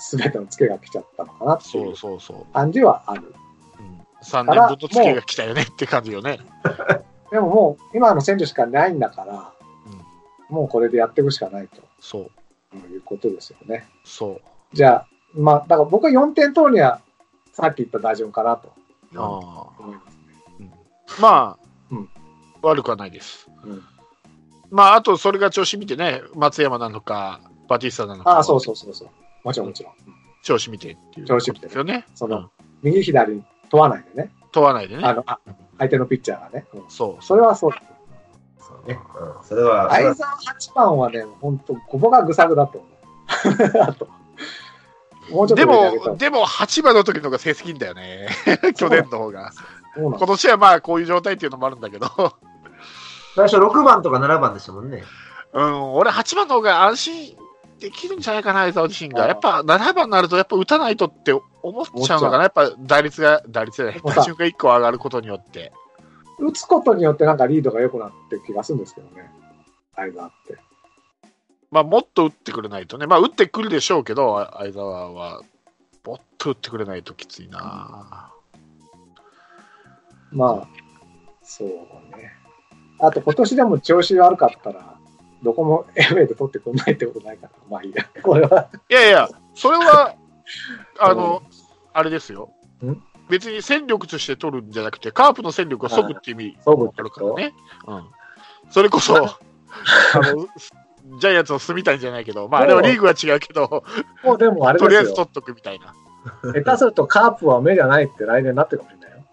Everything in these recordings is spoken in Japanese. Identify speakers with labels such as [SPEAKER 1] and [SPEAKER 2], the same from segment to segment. [SPEAKER 1] 全てのツケが来ちゃったのかなってい
[SPEAKER 2] そううそうそう。
[SPEAKER 1] 感じはある。
[SPEAKER 2] うん、3年分とつけが来たよねって感じよね。
[SPEAKER 1] でももう今の選手しかないんだから、もうこれでやっていくしかないと
[SPEAKER 2] そう、
[SPEAKER 1] いうことですよね。
[SPEAKER 2] そう。
[SPEAKER 1] じゃあ、まあ、だから僕は4点取るにはさっき言った打順かなと
[SPEAKER 2] ああ
[SPEAKER 1] 思います。
[SPEAKER 2] うんまあ、
[SPEAKER 1] うん
[SPEAKER 2] 悪くはないです。
[SPEAKER 1] うん
[SPEAKER 2] まあ、あと、それが調子見てね、松山なのか、バティスタなのか、
[SPEAKER 1] ああ、そうそうそうそう。もちろんもちろん。
[SPEAKER 2] 調子見てっていう
[SPEAKER 1] 調子見てね
[SPEAKER 2] ことですよね。
[SPEAKER 1] そ
[SPEAKER 2] うん
[SPEAKER 1] の、右左に問わないでね。
[SPEAKER 2] 問わないで
[SPEAKER 1] あ
[SPEAKER 2] ね。
[SPEAKER 1] の、あ相手のピッチャーがね。うん
[SPEAKER 2] そう、
[SPEAKER 1] それはそう。
[SPEAKER 3] そうね。うん。それは、それ
[SPEAKER 1] 相
[SPEAKER 3] は
[SPEAKER 1] 沢8番はね、本当ここがぐさぐだと思う。 あと。もうちょっと
[SPEAKER 2] で
[SPEAKER 1] 上に上げた
[SPEAKER 2] も、でも、8番の時の方が成績いいんだ よね。去年の方が。
[SPEAKER 1] そうなん
[SPEAKER 2] 今年はまあ、こういう状態っていうのもあるんだけど、
[SPEAKER 3] 最初6番とか7番でしたもんね。
[SPEAKER 2] うん、俺、8番の方が安心できるんじゃないかな、相沢自身
[SPEAKER 1] あ
[SPEAKER 2] が。
[SPEAKER 1] ー
[SPEAKER 2] やっぱ、7番になると、やっぱ打たないとって思っちゃうのかな。やっぱ、打率が、打率が、
[SPEAKER 1] もうさ
[SPEAKER 2] 打順が1個上がることによって。
[SPEAKER 1] 打つことによってなんかリードが良くなってる気がするんですけどね。相沢って。
[SPEAKER 2] まあ、もっと打ってくれないとね、まあ、打ってくるでしょうけど、あ相沢は、もっと打ってくれないときついな、
[SPEAKER 1] まあ、そうね。あと今年でも調子悪かったら、どこもエウェイで取ってくんないってことないから、まあいいや。これは。
[SPEAKER 2] いやいや、それ は、あの、あれですよ
[SPEAKER 3] ん。
[SPEAKER 2] 別に戦力として取るんじゃなくて、カープの戦力は即って意味
[SPEAKER 1] そう
[SPEAKER 2] あるからね。うん。それこそ、あの、ジャイアンツの住みたいんじゃないけど、まあ、あれはリーグは違うけど、
[SPEAKER 1] もうでもあれ
[SPEAKER 2] と
[SPEAKER 1] で
[SPEAKER 2] りあえ
[SPEAKER 1] す
[SPEAKER 2] ず
[SPEAKER 1] よ。
[SPEAKER 2] 取っとくみたいな。
[SPEAKER 1] 下手するとカープは目じゃないって来年になってるかもしれないよ。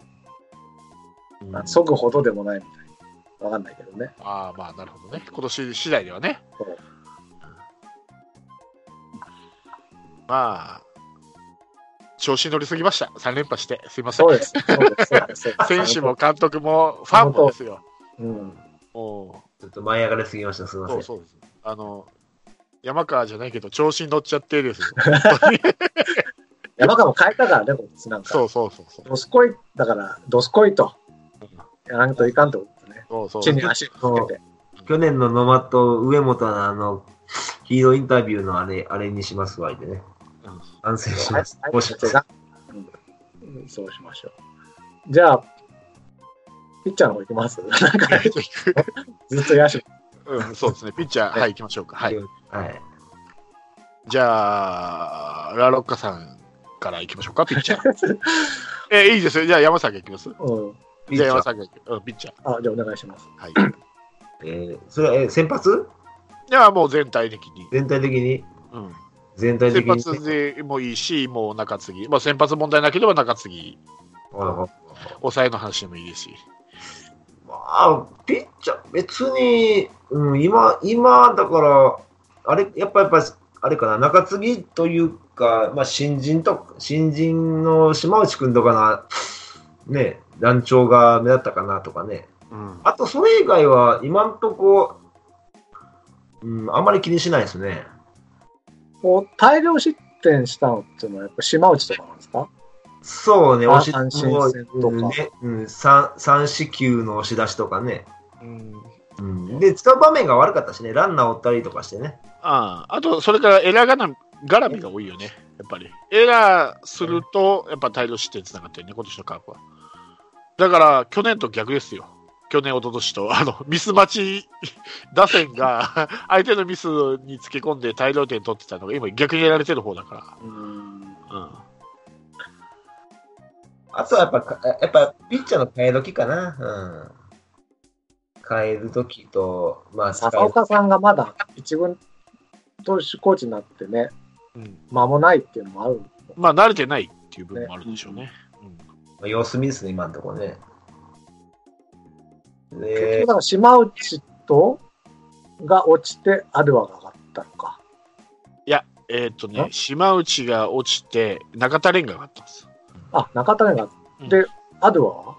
[SPEAKER 1] まあ即ほどでもないみたいな。わかんないけどね。
[SPEAKER 2] ああ、まあ、なるほどね。今年次第ではね
[SPEAKER 1] そう。
[SPEAKER 2] まあ、調子乗りすぎました。3連覇して、すいません
[SPEAKER 1] そう。です。そうです。そう です。
[SPEAKER 2] 選手も監督もファンもですよ。
[SPEAKER 1] うん。
[SPEAKER 2] も
[SPEAKER 3] ちょっと舞い上がりすぎました、すみ
[SPEAKER 2] う
[SPEAKER 3] ませ
[SPEAKER 2] そ
[SPEAKER 3] ん
[SPEAKER 2] う。そうです。あの、山川じゃないけど、調子に乗っちゃってですよ。本当に
[SPEAKER 1] 山川も変えたからね、こっちなんか。
[SPEAKER 2] そうそうそうそう。
[SPEAKER 1] どすこい、だから、どすこいと、やらんといかんってことね。
[SPEAKER 2] そうそう
[SPEAKER 1] 地に足をつけて。
[SPEAKER 3] 去年の野間と上本のあの、ヒーローインタビューのあれ、あれにしますわ、いでね。
[SPEAKER 2] うん
[SPEAKER 3] 反省し
[SPEAKER 1] は
[SPEAKER 3] ま
[SPEAKER 1] い
[SPEAKER 3] す。
[SPEAKER 1] はいそれがうんうんそうしましょう。じゃあ、ピッチャーの方行きます なんか、ずっと野手。
[SPEAKER 2] うん、そうですね。ピッチャー、はい、行きましょうか。はい。
[SPEAKER 3] はい。
[SPEAKER 2] じゃあ、ラロッカさんから行きましょうか、ピッチャ ー。えいいですよ。じゃあ、山崎行きます。
[SPEAKER 1] うん。
[SPEAKER 2] じゃあ、
[SPEAKER 3] ピッ
[SPEAKER 2] 山
[SPEAKER 3] チャー
[SPEAKER 2] 崎行きうん、ピッチャー。
[SPEAKER 1] あ、じゃあお願いします。
[SPEAKER 2] はい。
[SPEAKER 3] えーそれは、えー先発
[SPEAKER 2] じゃあ、もう全体的に。
[SPEAKER 3] 全体的に
[SPEAKER 2] うん、
[SPEAKER 3] 全体的
[SPEAKER 2] 先
[SPEAKER 3] に。
[SPEAKER 2] 発でもいいし、もう中継ぎ。まあ、先発問題なければ中継ぎ。
[SPEAKER 3] あ
[SPEAKER 2] 抑えの話でもいいですし。
[SPEAKER 3] まあ、ピッチャー、別に、うん、今、今、だから、あれ、やっぱ、やっぱ、あれかな、中継ぎというか、まあ、新人と、新人の島内くんとかな、ね、団長が目立ったかなとかね。
[SPEAKER 2] うん。
[SPEAKER 3] あと、それ以外は、今んとこ、うん、あんまり気にしないですね。
[SPEAKER 1] もう大量失点したのっていうのは、やっぱ島内とかなんですか
[SPEAKER 3] そうね、
[SPEAKER 1] あ
[SPEAKER 3] 押し
[SPEAKER 1] 阪神戦とか
[SPEAKER 3] うんねうん、三三四球の押し出しとかね。
[SPEAKER 2] うん、
[SPEAKER 3] うん、で、使う場面が悪かったしね、ランナー追ったりとかしてね。
[SPEAKER 2] あああと、それからエラーがな絡みが多いよね、やっぱり。エラーすると、やっぱ大量失点つながってるね、今年のカープは。だから、去年と逆ですよ。去年、一昨年と、あの、ミス待ち打線が、 相手のミスにつけ込んで大量点取ってたのが、今逆にやられてる方だか
[SPEAKER 1] うん。
[SPEAKER 2] ら。うん。
[SPEAKER 3] あとはやっぱか、やっぱ、ピッチャーの変え時かな。うん。変える時と、まあ、使
[SPEAKER 1] 笹
[SPEAKER 3] う。
[SPEAKER 1] 岡さんがまだ一軍投手コーチになってね、
[SPEAKER 2] うん、
[SPEAKER 1] 間もないっていうのもある。
[SPEAKER 2] まあ、慣れてないっていう部分もあるでしょうね。
[SPEAKER 3] まあ様子見ですね、今んとこね。
[SPEAKER 1] 結
[SPEAKER 3] で
[SPEAKER 1] 局、だ、から島内と、が落ちて、アルワが上がったのか。
[SPEAKER 2] えーっ、とね
[SPEAKER 1] ん、
[SPEAKER 2] 島内が落ちて、中田蓮が上がったんです。
[SPEAKER 1] あ、中田が、
[SPEAKER 2] うん
[SPEAKER 1] で、アルワは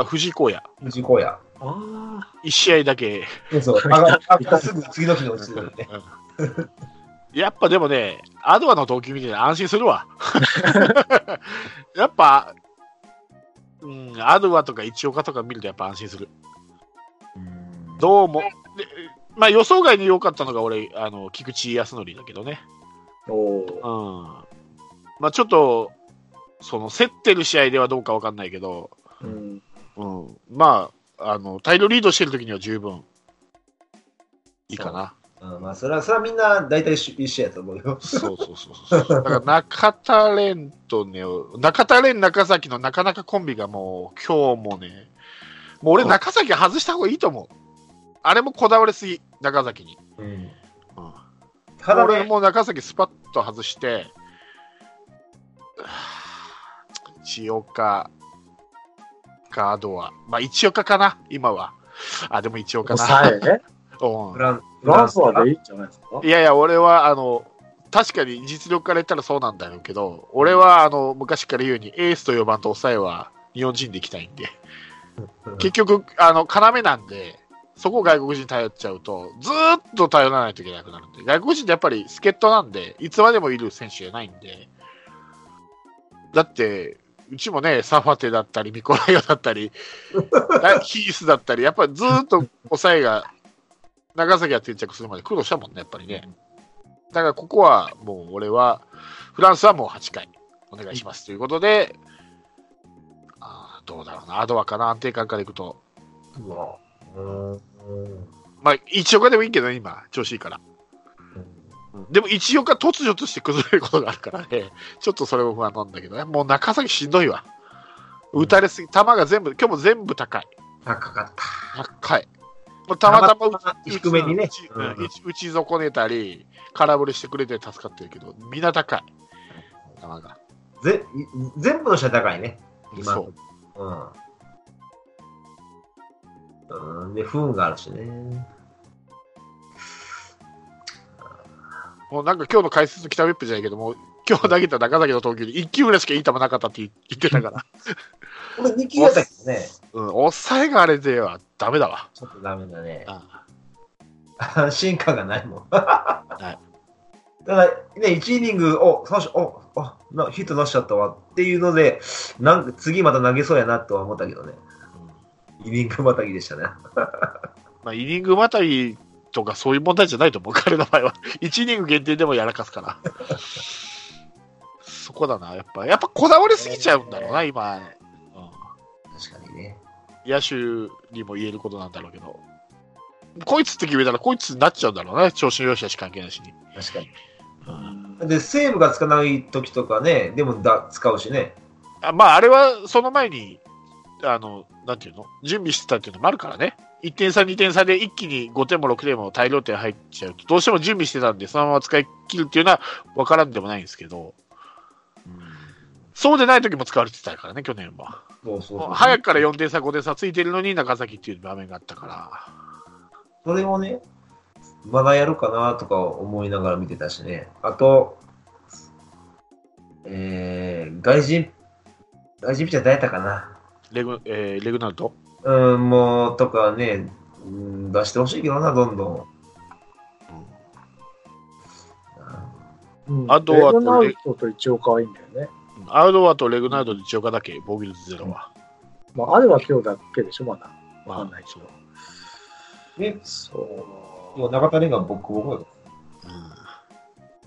[SPEAKER 2] あ藤井耕也、
[SPEAKER 3] 藤子や。
[SPEAKER 1] ああ。
[SPEAKER 2] 1試合だけ
[SPEAKER 3] そうそう。 上がったすぐ次の日に落ちてるね。
[SPEAKER 2] やっぱでもね、アドアの投球見てて安心するわ。 やっぱ、うん、アドアとか一岡とか見るとやっぱ安心する。どうも、でまあ、予想外に良かったのが俺、あの菊池康則だけどね。
[SPEAKER 1] おー
[SPEAKER 2] うまあ、ちょっと、その、競ってる試合ではどうかわかんないけど、
[SPEAKER 1] うん。
[SPEAKER 2] うん、まあ、あの、大量リードしてる時には十分、いいかな。
[SPEAKER 3] うん、まあ、それは、それはみんな大体一緒一緒やと思うよ。
[SPEAKER 2] そうそうそうそう。だから中田蓮とね、中田蓮中崎のなかなかコンビがもう今日もね、もう俺中崎外した方がいいと思う。あれもこだわりすぎ、中崎に。
[SPEAKER 3] うん。
[SPEAKER 2] うん、
[SPEAKER 3] ただ
[SPEAKER 2] 俺
[SPEAKER 3] ね、
[SPEAKER 2] もう中崎スパッと外して、一岡かあとは、まあ一岡かな、今は。あ、でも一岡な。
[SPEAKER 1] 抑えね。
[SPEAKER 2] うん
[SPEAKER 3] フラン
[SPEAKER 1] フランスは
[SPEAKER 3] フ
[SPEAKER 1] でいいんじゃないですか
[SPEAKER 2] いやいや、俺は、あの、確かに実力から言ったらそうなんだろうけど、俺は、あの、昔から言うように、エースと4番と抑えは日本人で行きたいんで、
[SPEAKER 3] うん
[SPEAKER 2] 結局、あの、要なんで、そこを外国人に頼っちゃうと、ずーっと頼らないといけなくなるんで、外国人ってやっぱり助っ人なんで、いつまでもいる選手じゃないんで、だって、うちもね、サファテだったり、ミコライオだっ たり、ラヒースだったり、やっぱりずーっと抑えが、長崎が定着するまで苦労したもんね、やっぱりね。だからここはもう俺は、フランスはもう8回お願いしますということで、あーどうだろうな、アドアかな、安定感からいくと。
[SPEAKER 3] うわうんうん
[SPEAKER 2] まあ、1岡でもいいけど、今、調子いいから。でも1岡突如として崩れることがあるからね、ちょっとそれも不安なんだけどね、もう中崎しんどいわ。打たれすぎ、球が全部、今日も全部高い。
[SPEAKER 3] 高かった。
[SPEAKER 2] 高い。もうたまたま
[SPEAKER 3] たまたま
[SPEAKER 2] 打ち
[SPEAKER 3] 低めにね
[SPEAKER 2] 打ちうん
[SPEAKER 3] うん
[SPEAKER 2] 打ち打ち損ねたり、空振りしてくれて助かってるけど、みんな高い。球が。
[SPEAKER 3] ぜ全部の社高いね。今
[SPEAKER 2] そう
[SPEAKER 3] の。うん。うん、で、不運があるしね。
[SPEAKER 2] もうなんか今日の解説の北ウェップじゃないけども、 今日投げた中崎の投球に1球ぐらいしかいい球なかったって言ってたから、
[SPEAKER 3] これ2球やったけどね。
[SPEAKER 2] うん、抑えがあれではダメだわ。
[SPEAKER 3] ちょっとダメだね。
[SPEAKER 2] あ
[SPEAKER 3] 安心感がないもん。
[SPEAKER 2] い
[SPEAKER 3] だから、ね、1イニング、お、三振、お、あなヒット出しちゃったわっていうので、なんか次また投げそうやなとは思ったけどね。イニングまたぎでしたね。
[SPEAKER 2] まあ、イニングまたぎとかそういう問題じゃないと思う、彼の場合は。1イニン グ限定でもやらかすから。 そこだな、やっぱ。やっぱこだわりすぎちゃうんだろうな、今。うん
[SPEAKER 3] 確かにね。
[SPEAKER 2] 野手にも言えることなんだろうけど。こいつって決めたら、こいつになっちゃうんだろうね、調子の良し悪し関係なしに。
[SPEAKER 3] 確かに。
[SPEAKER 1] うん
[SPEAKER 3] で、セーブがつかない時とかね、でもだ使うしね。
[SPEAKER 2] あまあ、あれはその前に、あの、なんていうの、準備してたっていうのもあるからね。1点差、2点差で一気に5点も6点も大量点入っちゃうと、どうしても準備してたんで、そのまま使い切るっていうのは分からんでもないんですけど、そうでない時も使われてたからね、去年は。
[SPEAKER 3] そうそうそう。
[SPEAKER 2] 早くから4点差、5点差ついてるのに中崎っていう場面があったから、
[SPEAKER 3] それをね、まだやるかなとか思いながら見てたしね。あと、えー、外人、外人ピッチャー誰やったかな。
[SPEAKER 2] レグ,、えーレグナルド。
[SPEAKER 3] うん、もう、とかね、うん、出してほしいけどな、どんどん。
[SPEAKER 1] うん
[SPEAKER 2] あと
[SPEAKER 1] レ
[SPEAKER 2] は
[SPEAKER 1] グナルトと一応可愛いんだよね。
[SPEAKER 2] アウドアとレグナルドで一岡だけ、防御率ゼロは。
[SPEAKER 1] まあ、あれは今日だけでしょ、まだ。わかんないけど。
[SPEAKER 3] ね、
[SPEAKER 1] そう。
[SPEAKER 3] もう中田蓮がボッコボコよ
[SPEAKER 2] うん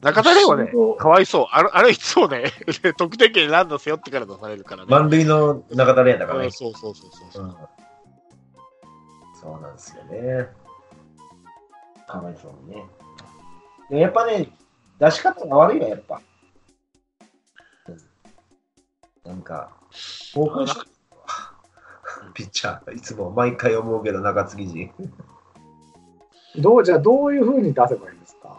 [SPEAKER 2] 中田玲はね
[SPEAKER 1] 不思議、
[SPEAKER 2] かわいそう。あれ、あれいつもね、 得点圏にランナー背負ってから出されるからね。
[SPEAKER 3] 満塁の中田蓮だから
[SPEAKER 2] う
[SPEAKER 3] ね
[SPEAKER 2] ん。そうそうそうそうう。
[SPEAKER 3] んそうなんですよね。かわいそうにね。でもやっぱね、出し方が悪いわ、やっぱ。うんなんか、興奮し ピッチャー、いつも毎回思うけど、中継ぎ陣。
[SPEAKER 1] どう、じゃあどういうふうに出せばいいんですか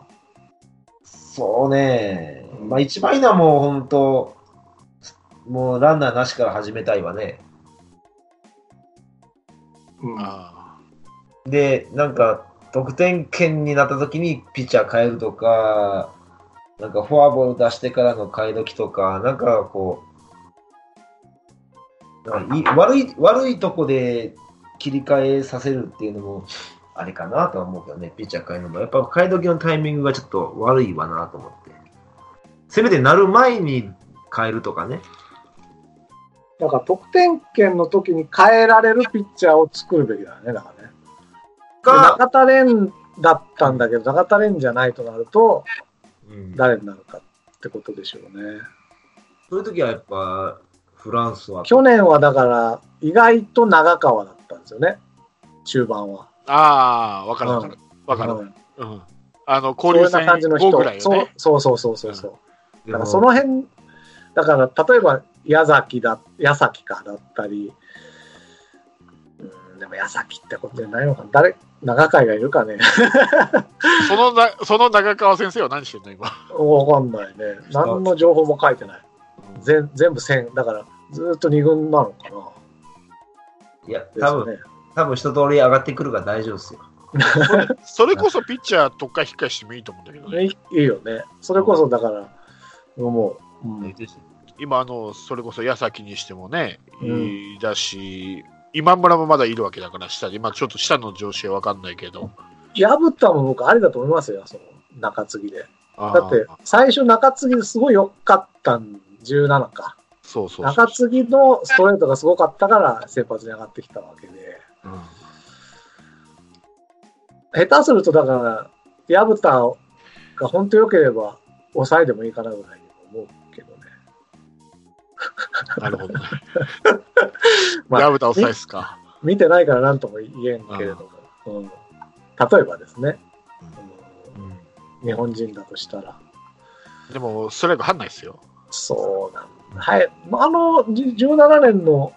[SPEAKER 3] そうね、まあ一番いいのはもう本当、もうランナーなしから始めたいわね。
[SPEAKER 1] うん。
[SPEAKER 2] あ
[SPEAKER 3] で、なんか、得点圏になった時にピッチャー変えるとか、なんかフォアボール出してからの替え時とか、なんかこう、なんかいい悪い、悪いとこで切り替えさせるっていうのも、あれかなとは思うけどね、ピッチャー変えるのも。やっぱ替え時のタイミングがちょっと悪いわなと思って。せめてなる前に変えるとかね。
[SPEAKER 1] だから得点圏の時に変えられるピッチャーを作るべきだよね、だからね。
[SPEAKER 3] が、
[SPEAKER 1] 中田蓮だったんだけど、中田蓮じゃないとなると、
[SPEAKER 3] うん
[SPEAKER 1] 誰になるかってことでしょうね。
[SPEAKER 3] そういう時はやっぱ、フランスは。
[SPEAKER 1] 去年はだから、意外と長川だったんですよね、中盤は。
[SPEAKER 2] ああ、わかるわかる。わかる。
[SPEAKER 1] うん
[SPEAKER 2] うん。あの、
[SPEAKER 1] そういうよ
[SPEAKER 2] 交流
[SPEAKER 1] うな
[SPEAKER 2] 戦
[SPEAKER 1] 感じの
[SPEAKER 2] 後
[SPEAKER 1] 人
[SPEAKER 2] ぐらいよ
[SPEAKER 1] そう
[SPEAKER 2] ね。
[SPEAKER 1] そうそうそうそうそう。
[SPEAKER 3] で
[SPEAKER 1] だか
[SPEAKER 3] も
[SPEAKER 1] らその辺、だから例えば矢崎だ、矢崎かだったり、うん、でも矢崎ってことじゃないのかな、誰、長会がいるかね、
[SPEAKER 2] そのな、その長川先生は何してんの今。
[SPEAKER 1] わかんないね、何の情報も書いてない、全全部線、だからずっと2軍なのかな、
[SPEAKER 3] いや、
[SPEAKER 1] です
[SPEAKER 3] 多
[SPEAKER 1] よ
[SPEAKER 3] 分、
[SPEAKER 1] ね、
[SPEAKER 3] 多分一通り上がってくるから大丈夫ですよ。
[SPEAKER 2] それそれこそピッチャーとっかえ引っかえしてもいいと思うんだけどね。
[SPEAKER 1] ねいいよね、それこそだから、もう、うん、
[SPEAKER 2] 今、あの、それこそ矢崎にしてもね、
[SPEAKER 1] うん
[SPEAKER 2] いいだし、今村もまだいるわけだから、下で、まあちょっと下の上司はわかんないけど。
[SPEAKER 1] 薮田も僕、ありだと思いますよ、その中継ぎで。
[SPEAKER 2] あー
[SPEAKER 1] だって、最初、中継ぎ、すごい良かったん、17か。
[SPEAKER 2] そうそうそう
[SPEAKER 1] 中継ぎのストレートがすごかったから先発に上がってきたわけで
[SPEAKER 2] うん
[SPEAKER 1] 下手するとだから薮田が本当良ければ抑えでもいいかなぐらいに思うけどね
[SPEAKER 2] なるほ どね。
[SPEAKER 1] まあ
[SPEAKER 2] ラブタ抑えっすか。
[SPEAKER 1] 見てないから何とも言えんけれども、うん、例えばですね、うん日本人だとしたら
[SPEAKER 2] でも、ストライク入んないっすよ。
[SPEAKER 1] そうなんだはいあのじ17年の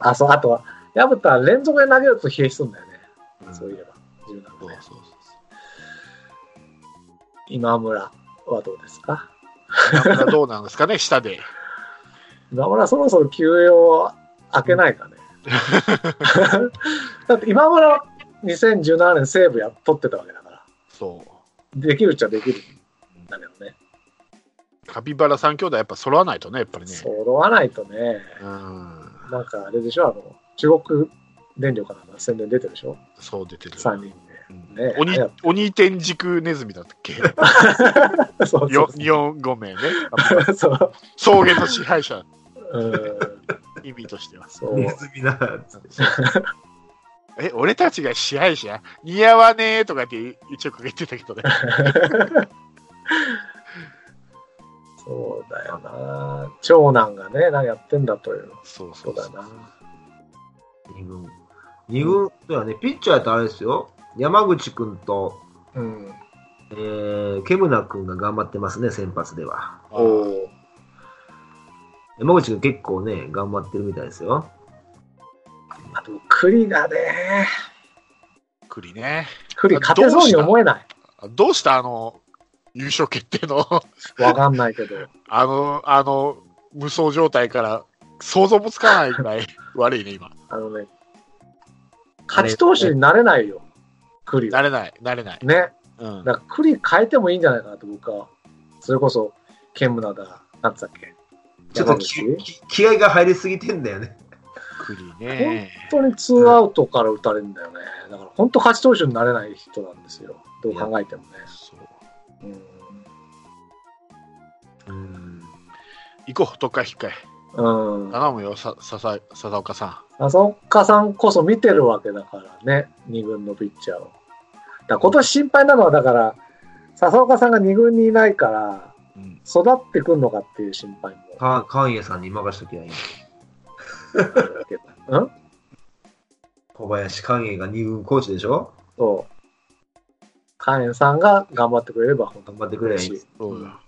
[SPEAKER 1] あそうあとは薮田は連続で投げると疲弊するんだよね、そういえば17
[SPEAKER 2] そ
[SPEAKER 1] 年
[SPEAKER 2] うそうそう
[SPEAKER 1] 今村はどうですか
[SPEAKER 2] 中村どうなんですかね、 下で。
[SPEAKER 1] 今村そろそろ休養開けない かね。だって今村は2017年西武や取ってたわけだから、
[SPEAKER 2] そ
[SPEAKER 1] できるっちゃできるんだけどね。
[SPEAKER 2] う。カピバラ三兄弟、やっぱ揃わないとね、やっぱりね。
[SPEAKER 1] 揃わないとね、
[SPEAKER 2] うん。
[SPEAKER 1] なんかあれでしょ、あの、中国電力から宣伝出てるでしょ、
[SPEAKER 2] そう出てる。
[SPEAKER 1] 3人
[SPEAKER 2] うん
[SPEAKER 1] ね
[SPEAKER 2] 鬼
[SPEAKER 1] 早く
[SPEAKER 2] 鬼天竺ネズミだっ け
[SPEAKER 1] で。 そうそ
[SPEAKER 2] よ
[SPEAKER 1] う
[SPEAKER 2] 日本5名ね。
[SPEAKER 1] そう。そう
[SPEAKER 2] 草原の支配者、
[SPEAKER 1] うん
[SPEAKER 2] 意味としては。
[SPEAKER 1] そう
[SPEAKER 3] ネズミなら、
[SPEAKER 2] え、俺たちが支配者似合わねえとかって一応かけてたけ どね。
[SPEAKER 1] そうだよな。長男がね、なんかやってんだという
[SPEAKER 2] そうそ
[SPEAKER 1] そうう
[SPEAKER 2] そ
[SPEAKER 1] だ
[SPEAKER 2] う。
[SPEAKER 1] な。
[SPEAKER 3] 二軍。二軍ではね、ピッチャーやったらあれですよ。山口君と、
[SPEAKER 1] うん。
[SPEAKER 3] えー、ケムナ君が頑張ってますね、先発では。
[SPEAKER 2] あ
[SPEAKER 1] お
[SPEAKER 2] ー
[SPEAKER 1] お。
[SPEAKER 3] 山口君結構ね、頑張ってるみたいですよ。
[SPEAKER 1] あと、栗がね。
[SPEAKER 2] 栗ね。
[SPEAKER 1] 栗勝てそうに思えな
[SPEAKER 2] どうしたあの、優勝決定の、
[SPEAKER 1] い。わかんないけど。
[SPEAKER 2] あの、あの、無双状態から想像もつかないぐ らい悪いね、今。
[SPEAKER 1] あのね、勝ち投手になれないよ、栗
[SPEAKER 2] な
[SPEAKER 1] は。
[SPEAKER 2] れない、なれない。
[SPEAKER 1] ね。
[SPEAKER 2] うん。
[SPEAKER 1] だから栗変えてもいいんじゃないかなと僕は。それこそ、ケムナだ、なんつったっけ。
[SPEAKER 3] ちょっと
[SPEAKER 1] 山
[SPEAKER 3] 気
[SPEAKER 1] 口
[SPEAKER 3] 気気合が入りすぎてんだよね。
[SPEAKER 2] 栗ね。
[SPEAKER 1] 本当にツーアウトから打たれるんだよね。だから本当勝ち投手になれない人なんですよ。どう考えてもね。
[SPEAKER 2] そう。
[SPEAKER 1] うん
[SPEAKER 2] うん。行こう、どっか引っかえ。
[SPEAKER 1] うん、
[SPEAKER 2] 頼むよ、さ、ささ、笹岡さ
[SPEAKER 1] 浅岡さんこそ見てるわけだからね、2軍のピッチャーを。だから今年心配なのは、だから、笹岡さんが2軍にいないから、
[SPEAKER 2] ん。うん。
[SPEAKER 1] 育ってくんのかっていう心配も
[SPEAKER 3] か関家さんに任しときゃいい。
[SPEAKER 1] あるけど。うん
[SPEAKER 3] 小林関家が二軍コーチでしょ
[SPEAKER 1] そう。カエンさんが頑張ってくれれば、本当
[SPEAKER 3] 頑
[SPEAKER 1] に
[SPEAKER 3] 張ってくれりゃいい
[SPEAKER 1] 嬉しい。
[SPEAKER 2] そうよ。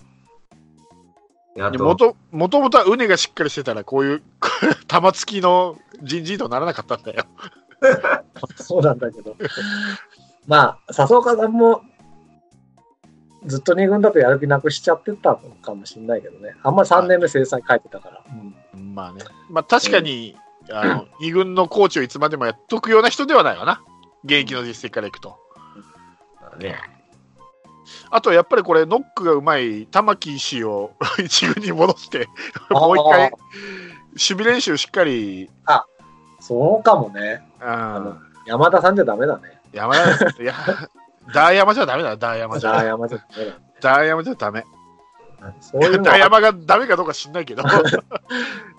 [SPEAKER 3] であ
[SPEAKER 2] で
[SPEAKER 3] と
[SPEAKER 2] もともともとは畝がしっかりしてたら、こういう 玉突きの人事異動ならなかったんだよ。
[SPEAKER 1] そうなんだけど。まあ、笹岡さんも、ずっと2軍だとやる気なくしちゃってたのかもしれないけどね。あんまり3年目制裁書いてたから。うん
[SPEAKER 2] まあね。まあ確かに、あの、二軍のコーチをいつまでもやっとくような人ではないわな。現役の実績からいくと。
[SPEAKER 3] ね、
[SPEAKER 2] あとやっぱりこれ、ノックがうまい玉木氏を 一軍に戻して、もう一
[SPEAKER 1] あ
[SPEAKER 2] 回
[SPEAKER 1] ー、
[SPEAKER 2] 守備練習しっかり、
[SPEAKER 1] そうかもね。
[SPEAKER 2] あ
[SPEAKER 1] の
[SPEAKER 2] の
[SPEAKER 1] 山田さんじゃダメだね。
[SPEAKER 2] 山田、いや、ダーヤマじゃダメだ、ダーヤマじ
[SPEAKER 1] じゃあ
[SPEAKER 2] ゃ。
[SPEAKER 1] 山田さんダメだ。
[SPEAKER 2] ダーヤマじゃダメ。
[SPEAKER 1] そういうの
[SPEAKER 2] ダーヤ
[SPEAKER 1] は
[SPEAKER 2] マがダメかどうか知んな いけど、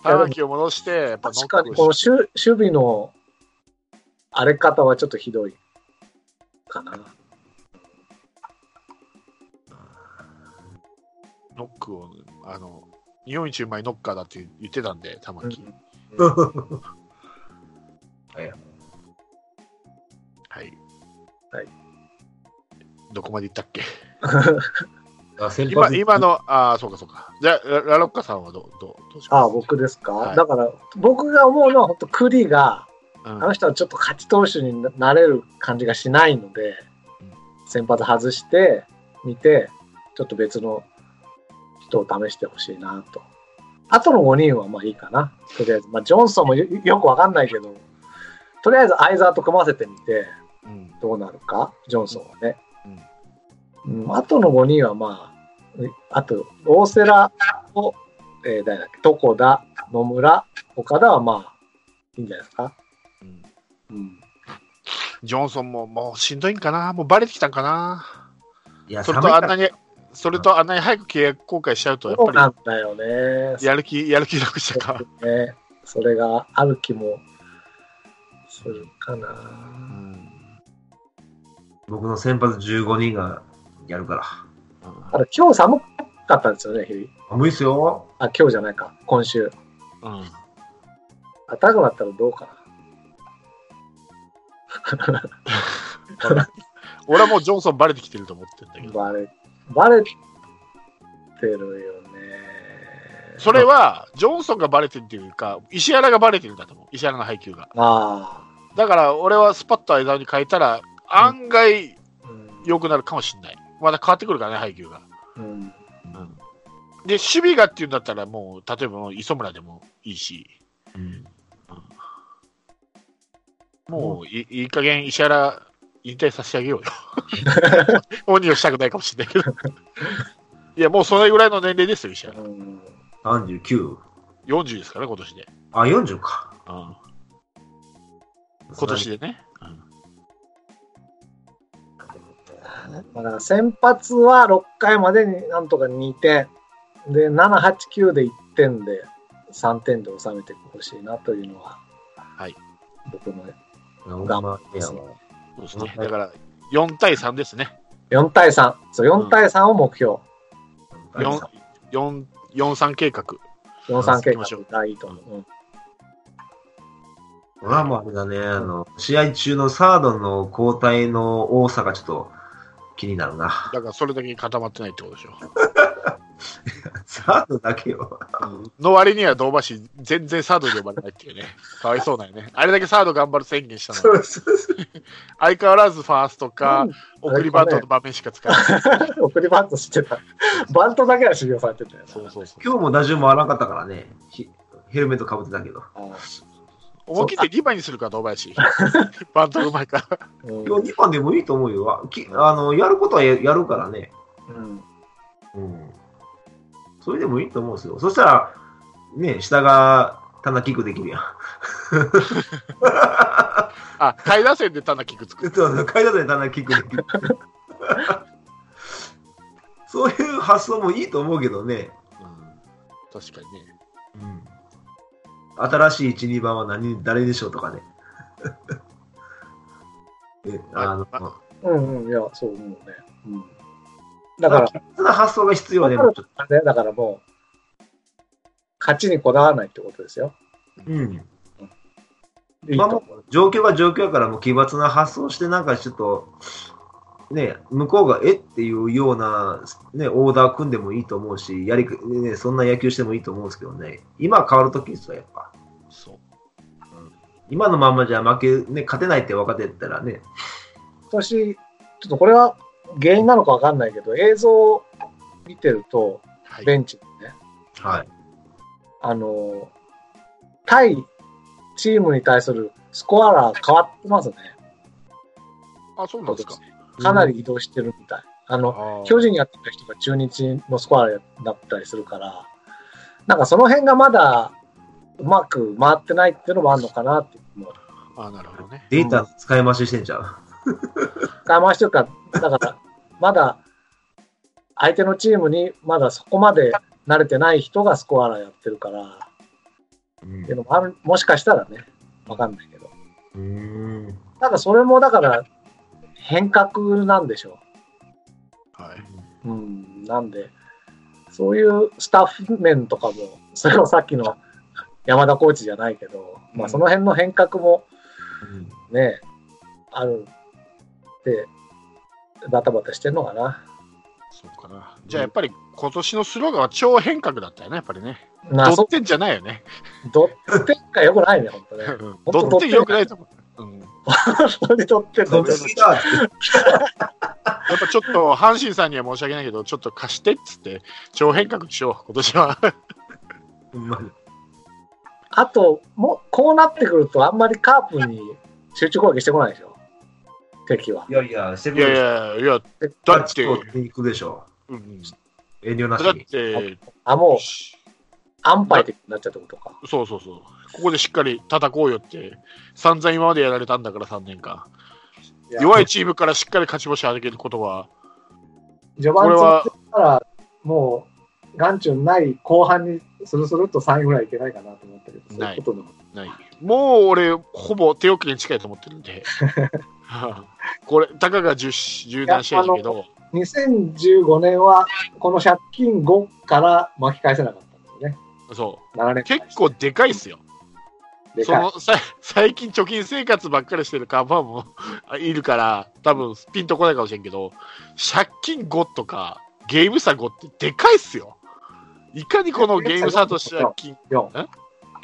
[SPEAKER 2] 玉木を戻して、やっぱノ
[SPEAKER 1] 確か
[SPEAKER 2] ッ
[SPEAKER 1] に
[SPEAKER 2] ク
[SPEAKER 1] この
[SPEAKER 2] を
[SPEAKER 1] 守
[SPEAKER 2] し
[SPEAKER 1] 守備の荒れ方はちょっとひどいかな。
[SPEAKER 2] ノックを、あの、日本一うまいノッカーだって言ってたんで、玉木。
[SPEAKER 3] はい
[SPEAKER 2] はい。
[SPEAKER 1] はい。
[SPEAKER 2] どこまで行ったっけ
[SPEAKER 3] あ先
[SPEAKER 2] 今
[SPEAKER 3] 発
[SPEAKER 2] 今の、ああ、そうかそうか。じゃあ、ララロッカさんはどどうどうします
[SPEAKER 1] ああ、僕ですか、
[SPEAKER 2] はい
[SPEAKER 1] だから、僕が思うのは、本当クリが、
[SPEAKER 2] うん、
[SPEAKER 1] あの人はちょっと勝ち投手になれる感じがしないので
[SPEAKER 2] うん、
[SPEAKER 1] 先発外してみて、ちょっと別の人を試してほしいなと。あとの5人はまあいいかな。とりあえず、まあ、ジョンソンもよよくわかんないけど、とりあえず相沢と組ませてみて、
[SPEAKER 2] うん
[SPEAKER 1] どうなるか、ジョンソンはね。うん
[SPEAKER 2] うん
[SPEAKER 1] あとの5人はまあ、うあと、大瀬良と、えー誰だっけ、床田、野村、岡田はまあ、いいんじゃないですか。
[SPEAKER 2] うん
[SPEAKER 1] うん
[SPEAKER 2] ジョンソンももうしんどいんかな、もうバレてきたんかな、
[SPEAKER 3] いや
[SPEAKER 2] それとあんな
[SPEAKER 3] に
[SPEAKER 2] に、それとあんなに早く契約更改しちゃうと、や
[SPEAKER 1] そ
[SPEAKER 2] っ
[SPEAKER 1] うな
[SPEAKER 2] ぱ
[SPEAKER 1] んだよね。
[SPEAKER 2] りやる気、やる気なくしたか。
[SPEAKER 1] ねそれがある気もするか
[SPEAKER 2] う
[SPEAKER 1] な。
[SPEAKER 2] ん
[SPEAKER 3] 僕の先発15人がやるから。
[SPEAKER 1] あれ、今日寒かったんですよね、日々。
[SPEAKER 3] 寒いっすよ。
[SPEAKER 1] あ、今日じゃないか、今週。
[SPEAKER 2] うん
[SPEAKER 1] 暖かくなったらどうか
[SPEAKER 2] 俺はもうジョンソンバレてきてると思ってるんだけ
[SPEAKER 1] な。
[SPEAKER 2] ど、
[SPEAKER 1] バレ、バレてるよね。
[SPEAKER 2] それはジョンソンがバレてるっていうか、石原がバレてるんだと思う、石原の配球が。
[SPEAKER 1] あ
[SPEAKER 2] だから俺はスパッと間に変えたら、案外
[SPEAKER 1] あ。うん
[SPEAKER 2] 良くなるかもしれない。まだ変わってくるからね、配球が。
[SPEAKER 1] うん
[SPEAKER 2] で、守備がっていうんだったら、もう例えばもう磯村でもいいし。もういいい加減石原引退させてあげよ うよ。鬼をしたくないかもしれないけど。いや、もうそれぐらいの年齢ですよ、石
[SPEAKER 1] う
[SPEAKER 2] 原。
[SPEAKER 1] ん
[SPEAKER 3] 39。
[SPEAKER 2] 40ですから、今年で。
[SPEAKER 3] あ、40か。
[SPEAKER 2] うん、今年でね。うん
[SPEAKER 1] だから先発は6回までになんとか2点で7、8、9で1点で3点で収めてほしいなというのは、
[SPEAKER 2] はい、
[SPEAKER 1] 僕の
[SPEAKER 3] 頑張ってやわ
[SPEAKER 2] そうですね。だから、4対3ですね。
[SPEAKER 1] 4対3そう4対3を目標、
[SPEAKER 2] 4、4、3計画。
[SPEAKER 1] 4、3計
[SPEAKER 2] 行きましょう
[SPEAKER 1] 画がいいと思う、うん
[SPEAKER 3] 俺はもうあれだね、あの、試合中のサードの交代の多さがちょっと気になるな。
[SPEAKER 2] だから、それだけ固まってないってことでしょ。
[SPEAKER 3] サードだけよ。
[SPEAKER 2] の割には、堂橋、全然サードに呼ばれないっていうね。 かわいそうだよね。あれだけサード頑張る宣言したのに、相変わらずファーストか、送りバントの場面しか使わない。
[SPEAKER 1] 送りバントしてたバントだけは修行されてたよね
[SPEAKER 2] そうそうそう。
[SPEAKER 3] 今日も打順回らなかったからね。ひヘルメットかぶってたけど。
[SPEAKER 1] あ
[SPEAKER 2] 思い切って2番にするか、堂林。バントうまいから。
[SPEAKER 1] ーうん
[SPEAKER 3] 今日2番でもいいと思うよ。あきあの、やることはややるからね。
[SPEAKER 1] うん
[SPEAKER 3] うん。それでもいいと思うんですよ。そしたら、ね、下が棚キックできるやん。
[SPEAKER 2] あ、下位打線で棚キック作
[SPEAKER 3] そう
[SPEAKER 2] る。
[SPEAKER 3] そう、階段で棚キックできる。そういう発想もいいと思うけどね。
[SPEAKER 2] 確かにね。
[SPEAKER 3] うん。新しい1、2番は何、誰でしょうと かね。えあの、
[SPEAKER 2] あ
[SPEAKER 1] うんうんいやそう思うね、うん、だから
[SPEAKER 3] そんな発想が必要で、
[SPEAKER 1] わかる
[SPEAKER 3] ちょっ
[SPEAKER 1] あれだからもう勝ちにこだわらないってことですよ
[SPEAKER 3] とうん。
[SPEAKER 1] いい
[SPEAKER 3] まあ
[SPEAKER 1] と
[SPEAKER 3] もう状況が状況やから、もう奇抜な発想して、なんかちょっと、ね、向こうがえっていうような、ね、オーダー組んでもいいと思うし、やりく、ね、そんな野球してもいいと思うんですけどね、今変わるときですよ、やっぱ。
[SPEAKER 2] そう。
[SPEAKER 3] 今のまんまじゃ負け、ね、勝てないって分かってたらね、
[SPEAKER 1] 今年、ちょっとこれは原因なのかわかんないけど、映像を見てると、
[SPEAKER 2] はい。
[SPEAKER 1] ベンチでね、
[SPEAKER 3] はい。
[SPEAKER 1] あのー、対チームに対するスコアラー変わってますね。
[SPEAKER 2] あ、そうなんですか。
[SPEAKER 1] かなり移動してるみたい。あの、
[SPEAKER 2] あー
[SPEAKER 1] 巨人やってた人が中日のスコアラーだったりするから、なんかその辺がまだうまく回ってないっていうのもあるのかなって思う。
[SPEAKER 2] あ、なるほどね。
[SPEAKER 3] データの使い回ししてんちゃう。
[SPEAKER 1] 使い回してるから、だから、まだ、相手のチームにまだそこまで慣れてない人がスコアラーやってるから、
[SPEAKER 3] うん
[SPEAKER 1] っていうのもある、もしかしたらね、わかんないけど。
[SPEAKER 3] うーん。
[SPEAKER 1] ただそれもだから、変革なんでしょ
[SPEAKER 2] はい。
[SPEAKER 1] う。うん、なんで、そういうスタッフ面とかも、それはさっきの山田コーチじゃないけど、まあ、
[SPEAKER 2] うん
[SPEAKER 1] その辺の変革もね、あるって、バタバタしてんのかな。
[SPEAKER 2] そうかな。じゃあやっぱり今年のスローガンは超変革だったよね、やっぱりね。
[SPEAKER 1] まあ、
[SPEAKER 2] ド
[SPEAKER 1] そ
[SPEAKER 2] ッテンじゃないよね。
[SPEAKER 1] ドッテンが良くないね、本 当ね。
[SPEAKER 2] うんドッテンよくないと思う。うん、や
[SPEAKER 1] 本当にドッテン
[SPEAKER 3] 飲
[SPEAKER 1] の
[SPEAKER 3] みすぎだって。
[SPEAKER 2] っぱちょっと阪神さんには申し訳ないけど、ちょっと貸してっつって、超変革しよう、今年は。
[SPEAKER 3] ほんまに
[SPEAKER 1] あと、もうこうなってくると、あんまりカープに集中攻撃してこないでしょ、敵は。
[SPEAKER 3] いやいや、してく
[SPEAKER 2] いや
[SPEAKER 3] れ
[SPEAKER 2] い
[SPEAKER 3] る
[SPEAKER 2] やいや、だって、
[SPEAKER 3] パチッと行くでしょ。
[SPEAKER 2] うん、
[SPEAKER 3] 遠慮なし
[SPEAKER 2] だっ
[SPEAKER 3] に。
[SPEAKER 2] て、
[SPEAKER 1] あ、もう、安牌的になっちゃうってことか。
[SPEAKER 2] そうそうそう、ここでしっかり叩こうよって、散々今までやられたんだから、3年間。弱いチームからしっかり勝ち星を上げることは、
[SPEAKER 1] 序
[SPEAKER 2] こ
[SPEAKER 1] 盤
[SPEAKER 2] れは
[SPEAKER 1] つってたら、もう、眼中ない後半にスルスルっと3位ぐらいいけないかなと思ったけど、そう
[SPEAKER 2] ない
[SPEAKER 1] いうことなの
[SPEAKER 2] ない。もう俺、ほぼ手遅れに近いと思ってるんで、これ、たかが10 17試合だけど、
[SPEAKER 1] 2015年は、この借金5から巻き返せなかったんだよね。
[SPEAKER 2] そう、
[SPEAKER 1] 7年間
[SPEAKER 2] 結構でかいっすよ。
[SPEAKER 1] で
[SPEAKER 2] そ
[SPEAKER 1] かい。
[SPEAKER 2] のさ最近貯金生活ばっかりしてるカーファンもいるから多分ピンとこないかもしれんけど借金5とかゲーム差5ってでかいっすよいかにこのゲーム差と借金
[SPEAKER 1] 4。
[SPEAKER 2] え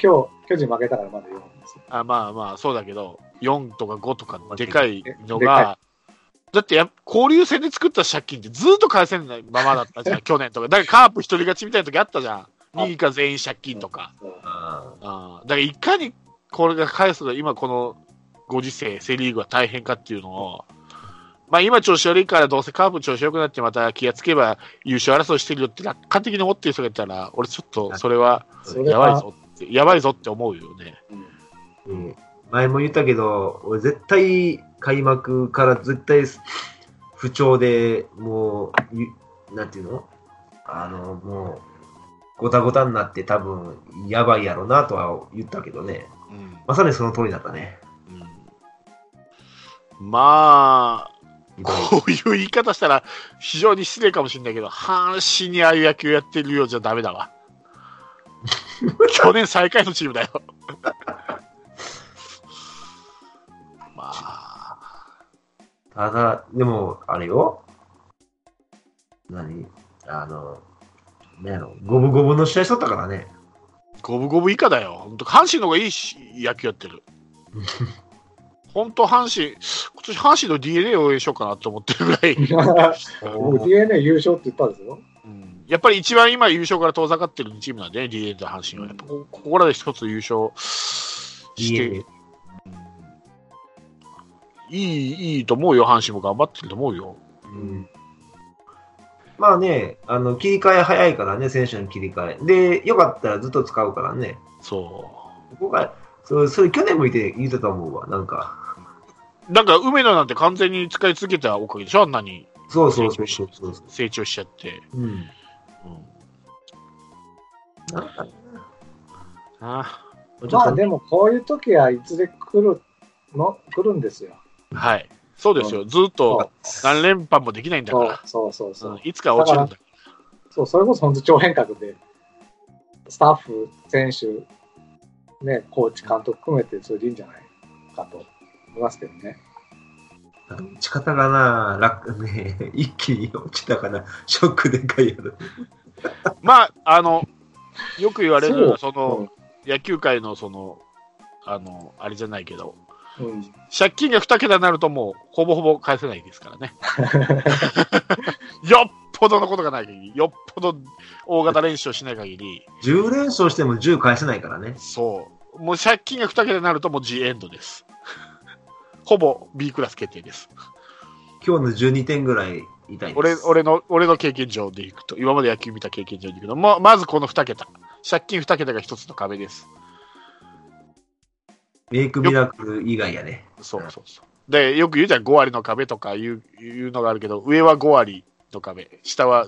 [SPEAKER 1] 今日、巨人負けたからまだ4ですよ。
[SPEAKER 2] あまあまあそうだけど4とか5とかでかいの
[SPEAKER 1] でか
[SPEAKER 2] がだってや交流戦で作った借金ってずっと返せないままだったじゃ ん去年とかだからカープ一人勝ちみたいな時あったじゃん2位以下全員借金とか
[SPEAKER 1] そう
[SPEAKER 3] あ
[SPEAKER 2] あーだからいかにこれが返すの今このご時世、セ・リーグは大変かっていうのを、まあ、今調子悪いからどうせカープ調子良くなってまた気がつけば優勝争いしてるよって楽観的に思ってる人がいたら俺ちょっとそれは
[SPEAKER 1] それ
[SPEAKER 2] やばい
[SPEAKER 1] は、
[SPEAKER 2] ぞってやばいぞって思うよね。
[SPEAKER 1] うん
[SPEAKER 3] ーうん前も言ったけど、俺絶対開幕から絶対不調で、もうゆ、なんていうのあの、もう、ごたごたになって多分、やばいやろなとは言ったけどね。
[SPEAKER 2] うん
[SPEAKER 3] まさにその通りだったね。
[SPEAKER 2] うんまあこういう言い方したら非常に失礼かもしれないけど阪神にああいう野球やってるようじゃダメだ わ去年最下位のチーム だよまあ
[SPEAKER 3] ただ、でも、あれよ。何あの、なんやろ、五分五分の試合しとったからね。
[SPEAKER 2] 五分五分以下だよ本当阪神の方がいいし野球やって る本当阪神今年阪神の d n a を応援しようかなと思ってるぐらい
[SPEAKER 1] 僕 DNA 優勝って言ったんですよ。
[SPEAKER 2] うんやっぱり一番今優勝から遠ざかってるチームなんでね、DNA と阪神は。やっぱこここらで一つ優勝して、
[SPEAKER 3] DNA
[SPEAKER 2] いい、いいと思うよ、阪神も頑張ってると思うよ。
[SPEAKER 3] うんまあね、あの切り替え早いからね、選手の切り替え。で、よかったらずっと使うからね。
[SPEAKER 2] そ
[SPEAKER 3] ここが、そう、それ去年もいて言うてたと思うわ、なんか。
[SPEAKER 2] う。だから梅野なんて完全に使い続けたおかげでしょ、あんなに
[SPEAKER 3] そうそ
[SPEAKER 2] 成長
[SPEAKER 3] うそうそ
[SPEAKER 2] し
[SPEAKER 3] うそうそ
[SPEAKER 2] 成長しちゃって。
[SPEAKER 3] う。うん。
[SPEAKER 2] うん、
[SPEAKER 3] なんかね、
[SPEAKER 2] あ
[SPEAKER 3] ちょっ
[SPEAKER 1] まあ
[SPEAKER 3] と、
[SPEAKER 1] でもこういう時はいつで来るの来るんですよ。
[SPEAKER 2] はい。そうですよ、ずっと何連覇もできないんだか
[SPEAKER 1] そう
[SPEAKER 2] ら、。
[SPEAKER 1] そうそうそううん
[SPEAKER 2] いつか落ちるんだ。
[SPEAKER 1] そうそれこそ本当超変革で、スタッフ、選手、ね、コーチ、監督含めてそれでいいんじゃないかと思いますけどね。
[SPEAKER 3] なんか打ち方がな、楽ね、 一気に落ちたから、ショックでかいやろ。
[SPEAKER 2] まあ、あの、よく言われるのは、その、野球界のその、あの、あれじゃないけど、
[SPEAKER 1] うん、うん
[SPEAKER 2] 借金が2桁になるともう、ほぼほぼ返せないですからね。よっぽどのことがない限り、よっぽど大型練習をしない限り、
[SPEAKER 3] 10連勝しても10返せないからね。
[SPEAKER 2] そう、もう借金が2桁になるともう G エンドです。ほぼ B クラス決定です。
[SPEAKER 3] 今日の12点ぐらい痛いです。
[SPEAKER 2] 俺俺の俺の経験上でいくと、今まで野球見た経験上でいくと、ままずこの2桁、借金2桁が1つの壁です。
[SPEAKER 3] メイクミラクル以外やね。
[SPEAKER 2] そうそうそう。で、よく言うじゃん、5割の壁とかいういうのがあるけど、上は5割の壁、下は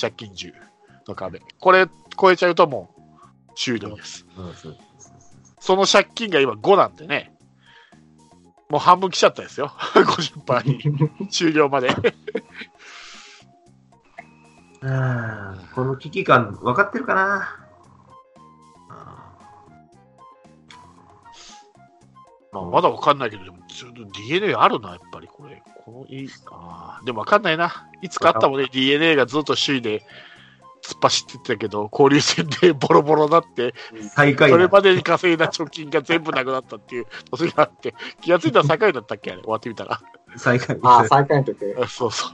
[SPEAKER 2] 借金10の壁。これ超えちゃうともう終了です。
[SPEAKER 3] うん、そう
[SPEAKER 2] その借金が今5なんてね、もう半分来ちゃったですよ。50%に。終了まで。
[SPEAKER 3] うんこの危機感分かってるかな
[SPEAKER 2] まあ、まだわかんないけど、でも、ちょっと DNA あるな、やっぱり、これ。このいいあーでもわかんないな。いつかあったもんね、DNA がずっと首位で突っ走ってたけど、交流戦でボロボロになって、
[SPEAKER 3] 最下位
[SPEAKER 2] それ
[SPEAKER 3] だ
[SPEAKER 2] までに稼いだ貯金が全部なくなったっていう年があって、気がついたら境だったっけ、あれ、終わってみたら。
[SPEAKER 3] 最下位
[SPEAKER 1] ああ、最下位の時。
[SPEAKER 2] あそうそ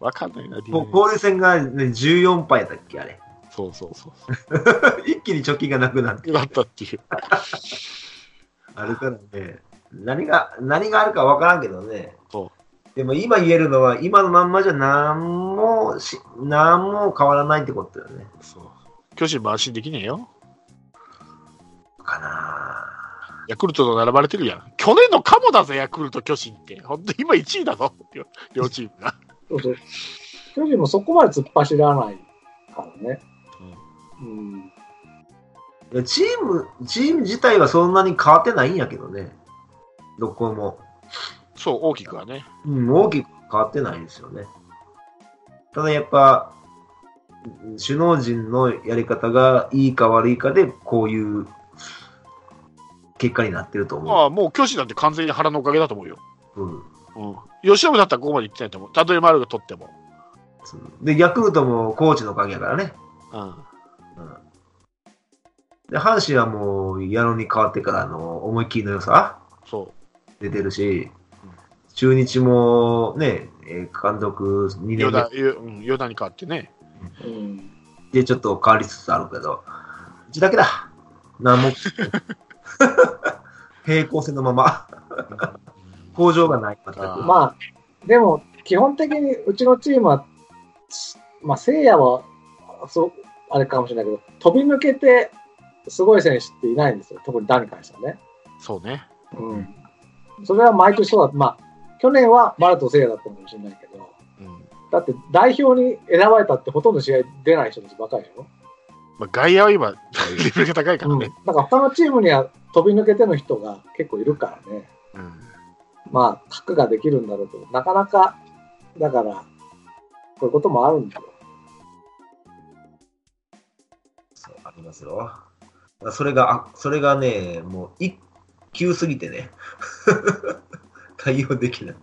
[SPEAKER 2] う。わかんないな、
[SPEAKER 3] もう
[SPEAKER 2] DNA。
[SPEAKER 3] 交流戦が、ね、14敗だっけあれ
[SPEAKER 2] そうそうそう。
[SPEAKER 3] 一気に貯金がなくなって
[SPEAKER 2] なったっていう。
[SPEAKER 3] あれからね何が何があるか分からんけどね
[SPEAKER 2] そ
[SPEAKER 3] でも今言えるのは今のまんまじゃ何もし何も変わらないってことだよね
[SPEAKER 2] そう。巨人も安心できねえよ。
[SPEAKER 3] かな
[SPEAKER 2] ヤクルトと並ばれてるやん。去年のカモだぜ、ヤクルト巨人って。本当に今1位だぞ、両両チームが。
[SPEAKER 1] そうそう。巨人もそこまで突っ走らないからね。うん。
[SPEAKER 3] ぁいやチームチーム自体はそんなに変わってないんやけどねどこも
[SPEAKER 2] そう、大きくはね。
[SPEAKER 3] うん、大きく変わってないですよね。ただやっぱ、うん首脳陣のやり方がいいか悪いかで、こういう結果になってると
[SPEAKER 2] ま
[SPEAKER 3] 思
[SPEAKER 2] あ、もう巨人なんて完全に腹のおかげだと思うよ。
[SPEAKER 3] う。うん
[SPEAKER 2] うん。吉信だったらここまで行ってないと思う。たとえ丸が取っても。
[SPEAKER 3] そうで、ヤクルトもコーチのおかげやからね。
[SPEAKER 2] うん。
[SPEAKER 3] うん、で、阪神はもう、矢野に変わってからの思い切りの良さ
[SPEAKER 2] そ
[SPEAKER 3] 出てるし、中日もね、えー監督2
[SPEAKER 2] う。
[SPEAKER 3] 年
[SPEAKER 2] ヨ
[SPEAKER 3] 目
[SPEAKER 2] ダ、ヨうん、ヨダに変わってね。
[SPEAKER 1] うん。
[SPEAKER 3] でちょっと変わりつつあるけど、うちだけだ。何 も。平行線のまま。向上がない。全く
[SPEAKER 2] あ
[SPEAKER 1] まあ、でも、基本的にうちのチームは、まあ、聖夜は、そう、あれかもしれないけど、飛び抜けて、すごい選手っていないんですよ。特にダに関してはね。
[SPEAKER 2] そうね。
[SPEAKER 1] うん。それは毎年そうだ。まあ、去年は丸と聖夜だったのかもしれないけど、
[SPEAKER 2] うん。
[SPEAKER 1] だって代表に選ばれたってほとんど試合出ない人たちばっかりでしょ。
[SPEAKER 2] まあ、外野は今、レ ベルが高いから
[SPEAKER 1] うん。
[SPEAKER 2] ね
[SPEAKER 1] だ。から他のチームには飛び抜けての人が結構いるからね。
[SPEAKER 2] うん。
[SPEAKER 1] まあ、核ができるんだろうけど、なかなか、だから、こういうこともあるんだよ。
[SPEAKER 3] そうありますよ。それが、あそれがね、もう一級すぎてね。 対応できない。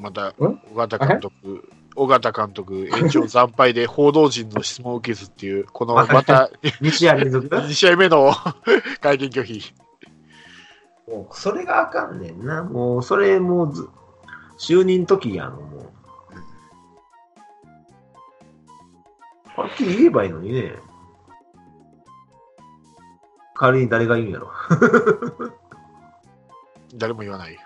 [SPEAKER 2] また、尾形監督、尾形監督、延長惨敗で報道陣の質問を受けずっていう、このまた
[SPEAKER 3] 2試合連続
[SPEAKER 2] 2試合目の 会見拒否。
[SPEAKER 3] もうそれがあかんねんな。もう、それもうず、就任時やん、もう。はっきり言えばいいのにね。代わりに誰が言うんやろ。
[SPEAKER 2] 誰も言わないよ。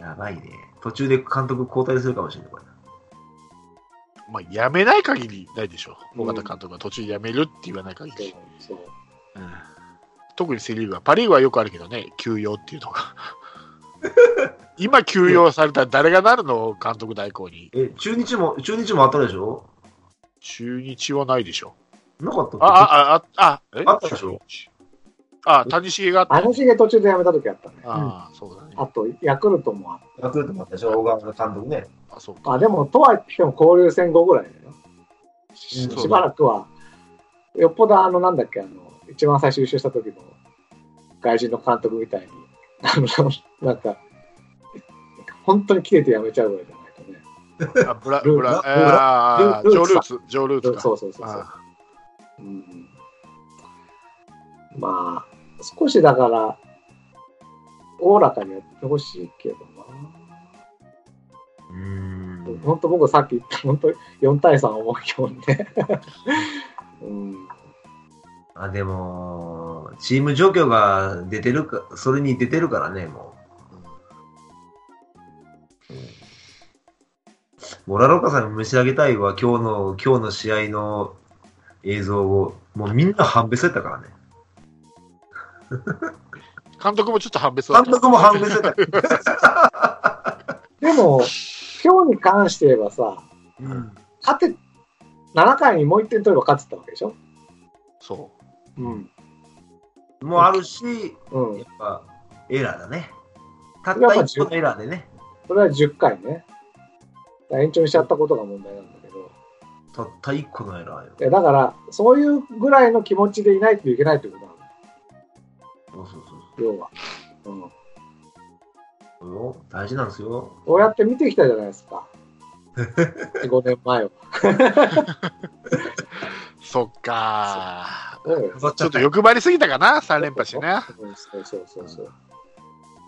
[SPEAKER 3] やばいね。途中で監督交代するかもしれない、これ。
[SPEAKER 2] まあ、辞めない限りないでしょう。
[SPEAKER 1] う
[SPEAKER 2] 尾
[SPEAKER 1] ん
[SPEAKER 2] 形監督が途中で辞めるって言わない限り。
[SPEAKER 1] そう。
[SPEAKER 2] うん特にセ・リーグは。パ・リーグはよくあるけどね、休養っていうのが。今休養されたら誰がなるの監督代行に。
[SPEAKER 3] え、中日も、中日もあったでしょ
[SPEAKER 2] 中日はないでしょ。
[SPEAKER 3] なかったっけ
[SPEAKER 2] あ、あ、あ、あ、あ、え
[SPEAKER 3] あったでしょ
[SPEAKER 2] あ、谷繁があった。
[SPEAKER 1] あのしげ途中でやめた時あったね。
[SPEAKER 2] ああ、そうだね。
[SPEAKER 1] あと、ヤクルトもあっ
[SPEAKER 3] ヤクルトもあったでしょ大川の監督ね。
[SPEAKER 2] あ、そうか。
[SPEAKER 1] た。あ、でも、とはいっても交流戦後ぐらいだよ。
[SPEAKER 2] そうだ
[SPEAKER 1] しばらくは、よっぽどあの、なんだっけ、あの、一番最初優勝した時の外人の監督みたいに、 あの、なんか、本当に切れてやめちゃうぐらいじゃないとね。
[SPEAKER 2] あ、ブラ、
[SPEAKER 1] ル
[SPEAKER 2] ブラ、
[SPEAKER 1] ル
[SPEAKER 2] ああ、ジ
[SPEAKER 1] ル
[SPEAKER 2] ョール
[SPEAKER 1] ル
[SPEAKER 2] ー
[SPEAKER 1] ー
[SPEAKER 2] ツ、ジョールーツか。
[SPEAKER 1] そうそうそうそう。
[SPEAKER 2] あ
[SPEAKER 1] うんまあ、少しだから、おおらかにやってほしいけど
[SPEAKER 3] うーん
[SPEAKER 1] な。本当僕さっき言った、本当4対3思うようにね。 うん、
[SPEAKER 3] あ、でも、チーム状況が出てるか、それに出てるからね、もう。モラロカさんに召し上げたいは、今日の、今日の試合の映像を、もうみんな判別されたからね。
[SPEAKER 2] 監督もちょっと判別だ
[SPEAKER 3] 監
[SPEAKER 2] った
[SPEAKER 3] 督も判別 された。
[SPEAKER 1] でも、今日に関して言えばさ、
[SPEAKER 3] うん。
[SPEAKER 1] 勝て、7回にもう1点取れば勝ってたわけでしょ。
[SPEAKER 2] そ
[SPEAKER 1] うん。
[SPEAKER 3] もうあるし、
[SPEAKER 1] うん
[SPEAKER 3] やっ。ぱ、エラーだね。たっ
[SPEAKER 1] やったぱ
[SPEAKER 3] 一個のエラーでね。
[SPEAKER 1] それは10回ね。延長しちゃったことが問題なんだけど、
[SPEAKER 3] たった一個のエラーよ。
[SPEAKER 1] いやだから、そういうぐらいの気持ちでいないといけないってことなの、
[SPEAKER 3] そうそうそう
[SPEAKER 1] 要は。うん、こ
[SPEAKER 3] そうよ。大事なんですよ。
[SPEAKER 1] うやって見てきたじゃないです か、5年前は。
[SPEAKER 2] そっか
[SPEAKER 1] うん
[SPEAKER 3] ちょっ
[SPEAKER 2] ちょっと欲張りすぎたかな、3連覇してね。
[SPEAKER 1] うんそうそうそうそう。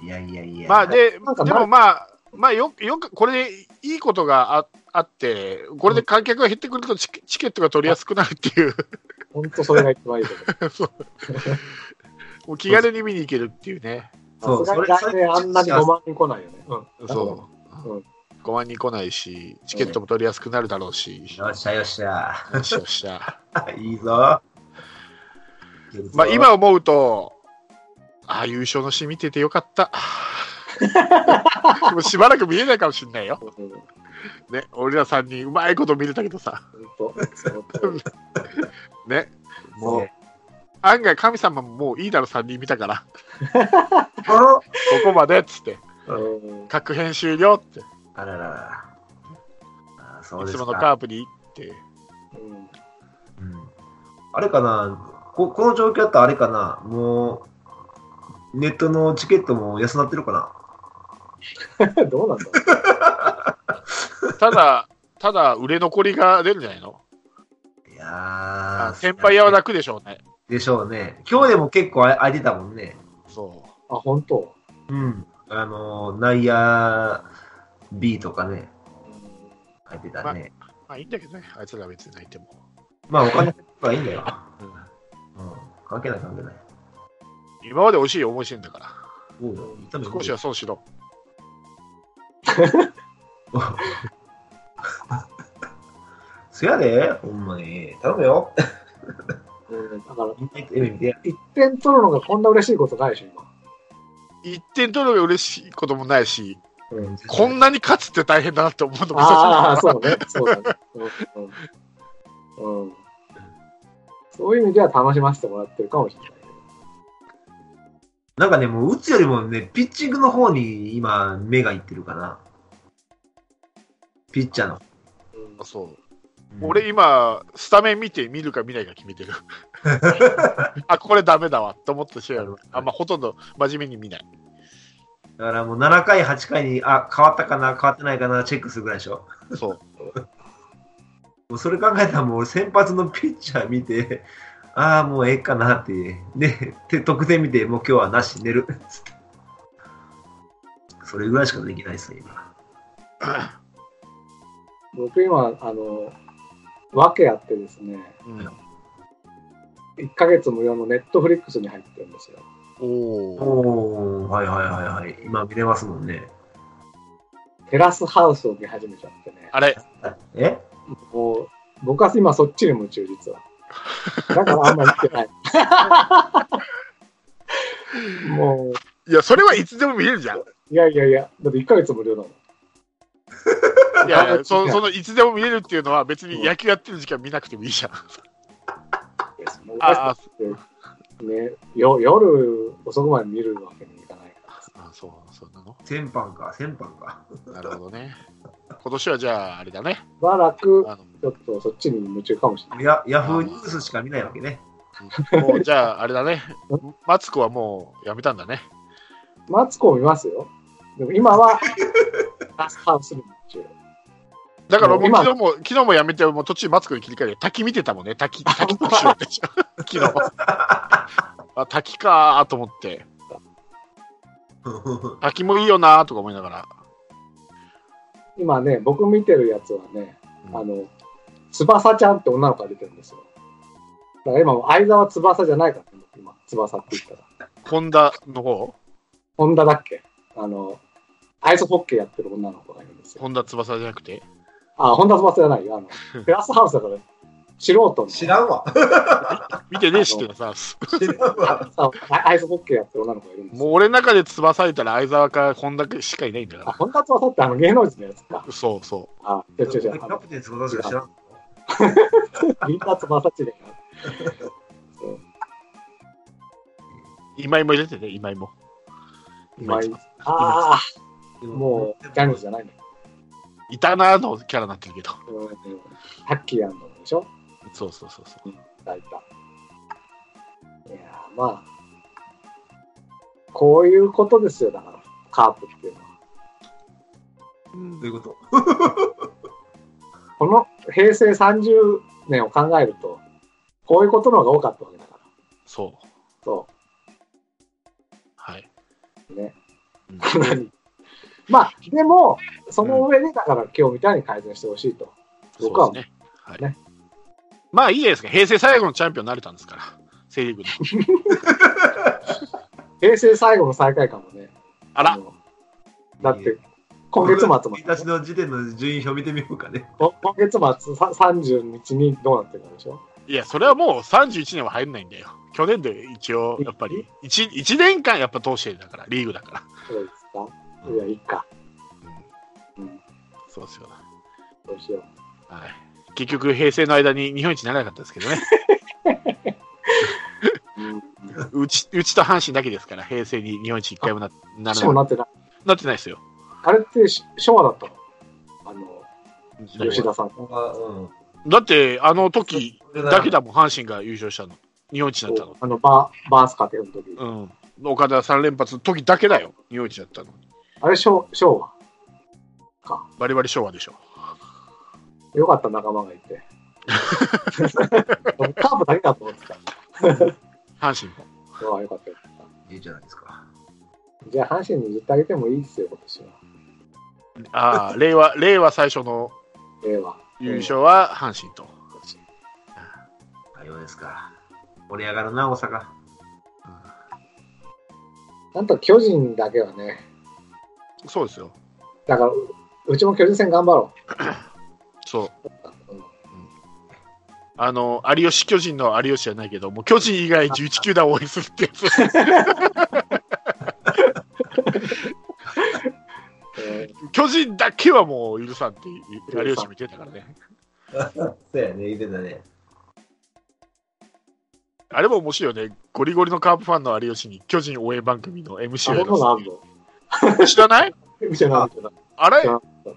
[SPEAKER 3] いやいやいや。
[SPEAKER 2] まあ、で、で
[SPEAKER 1] なんか
[SPEAKER 2] もまあ、まあよ、よく、これでいいことがああって、これで観客が減ってくるとチケチケットが取りやすくなるっていう、
[SPEAKER 1] 本当それが一番いいと思う。
[SPEAKER 2] もう気軽に見に行けるっていうね。
[SPEAKER 3] そう
[SPEAKER 1] さすがに来年あんなに5万人来ないよね。
[SPEAKER 2] そう。
[SPEAKER 1] うん
[SPEAKER 2] 5万人来ないし、チケットも取りやすくなるだろうし、
[SPEAKER 3] よっしゃよっしゃ。
[SPEAKER 2] よしよっしゃ。
[SPEAKER 3] いいぞ。
[SPEAKER 2] まあ、今思うと、ああ、優勝のシーン見ててよかった。 もうしばらく見えないかもしれないよ。
[SPEAKER 1] うんうん
[SPEAKER 2] ね、俺ら3人、うまいこと見れたけどさ、
[SPEAKER 1] 本当その通り
[SPEAKER 2] ね、
[SPEAKER 3] もう、
[SPEAKER 2] 案外神様ももういいだろ、3人見たから、
[SPEAKER 3] あ
[SPEAKER 2] ここまでっつって、
[SPEAKER 1] うん
[SPEAKER 2] 各編終了って、い
[SPEAKER 3] ららら。あそうで
[SPEAKER 2] つ
[SPEAKER 3] す
[SPEAKER 2] もの
[SPEAKER 3] か。
[SPEAKER 2] カープに行って、
[SPEAKER 1] うん
[SPEAKER 3] うんあれかなこ、この状況だったらあれかな、もう、ネットのチケットも安なってるかな。
[SPEAKER 1] どうなんだろ。
[SPEAKER 2] ただ、ただ、売れ残りが出るんじゃないの
[SPEAKER 3] いやー、
[SPEAKER 2] 先輩屋は楽でしょうね。
[SPEAKER 3] でしょうね。今日でも結構あ空いてたもんね。
[SPEAKER 2] そう
[SPEAKER 1] あ、本当。
[SPEAKER 3] うん。あのー、内野 B とかね、空いてたね。
[SPEAKER 2] う。まあいいんだけどね、あいつら別に泣いても。
[SPEAKER 3] まあ、お金はいいんだよ。
[SPEAKER 2] うん
[SPEAKER 3] うん。関係ない関係ない。
[SPEAKER 2] 今まで惜しい思いしてんだか
[SPEAKER 3] そうだよ痛
[SPEAKER 2] ら、
[SPEAKER 3] み
[SPEAKER 2] 少しは損しろ。
[SPEAKER 3] そやで、ほんまに。頼む よ。
[SPEAKER 1] うんだから、
[SPEAKER 3] みんな夢見て。
[SPEAKER 1] 1点取るのがこんな嬉しいことないでしょ、今。
[SPEAKER 2] 1点取るのが嬉しいこともないし、
[SPEAKER 3] うん、
[SPEAKER 2] こんなに勝つって大変だなって思うのも
[SPEAKER 1] ああ、
[SPEAKER 2] 久しぶりだな
[SPEAKER 1] そうね。そうだね。うんうんうんそういう意味では楽しませてもらってるかもしれないけど。
[SPEAKER 3] なんかね、もう打つよりもね、ピッチングの方に今、目がいってるかな。ピッチャーの。
[SPEAKER 1] うん
[SPEAKER 2] そう。
[SPEAKER 3] うん
[SPEAKER 2] 俺今、スタメン見て、見るか見ないか決めてる。 あ、これダメだわと思った試合ある。あんまほとんど真面目に見ない。
[SPEAKER 3] だからもう7回、8回に、あ、変わったかな、変わってないかな、チェックするぐらいでしょ。
[SPEAKER 2] そう。
[SPEAKER 3] もうそれ考えたらもう先発のピッチャー見て、ああ、もうええかなって。で、で得点見て、もう今日はなし、寝る。つってそれぐらいしかできないですね、今。
[SPEAKER 1] 僕今、あの、訳あってですね、
[SPEAKER 2] うん、
[SPEAKER 1] 1ヶ月無料のネットフリックスに入ってるんですよ。
[SPEAKER 2] おお。
[SPEAKER 3] おー、はいはいはいはい。今見れますもんね。
[SPEAKER 1] テラスハウスを見始めちゃってね。
[SPEAKER 2] あれ、
[SPEAKER 3] え
[SPEAKER 1] もう、僕は今そっちに夢中、実は。だからあんまり見てない。 も、
[SPEAKER 2] いや、それはいつでも見れ るじゃん。いう
[SPEAKER 1] いやいやいや、だって1ヶ月無料だもん。
[SPEAKER 2] やいや、そそのいつでも見れるっていうのは別に野球やってる時間見なくてもいいじゃん。ああ
[SPEAKER 1] ね、よ夜遅くまで見るわけにいかないからさ。
[SPEAKER 2] あ、そう、そうなの。
[SPEAKER 3] 先般か、先般か。
[SPEAKER 2] なるほどね。今年はじゃあ、あれだね。
[SPEAKER 1] しばらく、
[SPEAKER 2] あの
[SPEAKER 1] ちょっとそっちに夢中かもしれない。
[SPEAKER 3] や、ヤフーニュースしか見ないわけね。
[SPEAKER 2] もうじゃあ、あれだね。マツコはもうやめたんだね。
[SPEAKER 1] マツコを見ますよ。でも今 は、テラスハウスに夢中。
[SPEAKER 2] だからもう
[SPEAKER 1] 今
[SPEAKER 2] 昨日も、昨日もやめて、もう途中マツコに切り替えて、滝見てたもんね。滝、滝特集でしょ。昨日。あ、滝かーと思って。滝もいいよなーとか思いながら。
[SPEAKER 1] 今ね、僕見てるやつはね、
[SPEAKER 2] うん
[SPEAKER 1] あの、翼ちゃんって女の子が出てるんですよ。だから今もう相沢翼じゃないから、ね、今、翼って言ったら。
[SPEAKER 2] ホンダの方
[SPEAKER 1] 本田だっけあの、アイスホッケーやってる女の子がいるんですよ。
[SPEAKER 2] ホンダ翼じゃなくて
[SPEAKER 1] あ、本田翼じゃないよ。あの、テラスハウスだから、素人の。
[SPEAKER 3] 知らんわ。
[SPEAKER 2] 見てねえしっていうのさ、
[SPEAKER 3] 知らんわ。
[SPEAKER 1] あアアイスホッケーやってる女の子がいるんです
[SPEAKER 2] もう
[SPEAKER 1] よ。
[SPEAKER 2] 俺の中で翼いたら相沢かホンダしかいないんだ
[SPEAKER 1] あ、
[SPEAKER 2] か
[SPEAKER 1] 本田翼ってあの芸能人のやつか。
[SPEAKER 2] ら。そうそ
[SPEAKER 1] あ、違
[SPEAKER 3] キ
[SPEAKER 1] う違う違う。あ
[SPEAKER 3] ャ
[SPEAKER 1] の
[SPEAKER 3] プテン翼しか知らん。
[SPEAKER 1] みんな翼知れが。そう
[SPEAKER 2] う。今井も入れてね、今井も。
[SPEAKER 1] 今井ああ、もうジャニーズじゃないの。
[SPEAKER 2] いたなのキャラになってるけど。
[SPEAKER 1] うんさっきやんのでしょ
[SPEAKER 2] そうそうそうそう。
[SPEAKER 1] 大体。いやーまあ、こういうことですよ、だから、カープっていうのは。
[SPEAKER 3] どういうこと
[SPEAKER 1] この平成30年を考えると、こういうことの方が多かったわけだから。
[SPEAKER 2] そう。
[SPEAKER 1] そ
[SPEAKER 2] はい。
[SPEAKER 1] う。ね。
[SPEAKER 2] うん
[SPEAKER 1] まあ、でも、その上に、だから今日みたいに改善してほしいと。僕は
[SPEAKER 2] そうですね。はい。
[SPEAKER 1] ね
[SPEAKER 2] まあいいじゃないですか。平成最後のチャンピオンになれたんですから。セリーグの。
[SPEAKER 1] 平成最後の最下位かもね。
[SPEAKER 2] あら、
[SPEAKER 1] のだって、今月末まで
[SPEAKER 3] 見出しの時点の順位表見てみようかね。
[SPEAKER 1] こ今月末さ30日にどうなってるかでしょ
[SPEAKER 2] いや、それはもう31年は入んないんだよ。去年で一応、やっぱり1、一年間やっぱ通してだから、リーグだか。
[SPEAKER 1] そうですからいや、いいか。
[SPEAKER 2] う
[SPEAKER 1] うんん
[SPEAKER 2] そうですよ。
[SPEAKER 1] どうしよう。
[SPEAKER 2] はい。結局、平成の間に日本一にならなかったで すけどね。うち、うちと阪神だけですから、平成に日本一一回もななら
[SPEAKER 1] し
[SPEAKER 2] な
[SPEAKER 1] かもなっ
[SPEAKER 2] な
[SPEAKER 1] てない。
[SPEAKER 2] ってないですよ。
[SPEAKER 1] あれってし昭和だったのあの、吉田さん。
[SPEAKER 3] うん。
[SPEAKER 2] だって、あの時だけ
[SPEAKER 3] だ。
[SPEAKER 2] だもん、阪神が優勝したの。日本一になったの。
[SPEAKER 1] あの、バー、バースカテの時。
[SPEAKER 2] うん。岡田3連発の時だけだよ、日本一だったの。
[SPEAKER 1] あれ昭、昭和か。
[SPEAKER 2] バリバリ昭和でしょ。
[SPEAKER 1] よかった仲間がい て。カープだけだと思ってた。
[SPEAKER 2] 阪神も。
[SPEAKER 1] ああ、よかったよかっ
[SPEAKER 3] いいじゃないですか。
[SPEAKER 1] た。じゃあ、阪神に譲ってあげてもいいですよ、今年は。
[SPEAKER 2] ああ、 令和、令和最初の
[SPEAKER 1] 令和。
[SPEAKER 2] 優勝は阪神と。
[SPEAKER 3] さようですか。盛り上がるな、大阪。
[SPEAKER 1] なんと巨人だけはね、
[SPEAKER 2] そうですよ。
[SPEAKER 1] だから、ううちも巨人戦頑張ろ
[SPEAKER 2] そう。
[SPEAKER 1] う。うん
[SPEAKER 2] あの、有吉巨人の有吉じゃないけど、もう巨人以外11球団応援するってやつ。
[SPEAKER 1] えー
[SPEAKER 2] 巨人だけはもう許さんっていう有吉見てたからね。
[SPEAKER 3] そうやね、言ってたね。
[SPEAKER 2] あれも面白いよね。ゴリゴリのカープファンの有吉に巨人応援番組の MC
[SPEAKER 1] あ
[SPEAKER 2] をや
[SPEAKER 1] の子
[SPEAKER 2] ら
[SPEAKER 1] なんの
[SPEAKER 2] せて知らない
[SPEAKER 1] 見てない見てない。
[SPEAKER 2] あ
[SPEAKER 1] 知
[SPEAKER 2] れ
[SPEAKER 1] らなかっ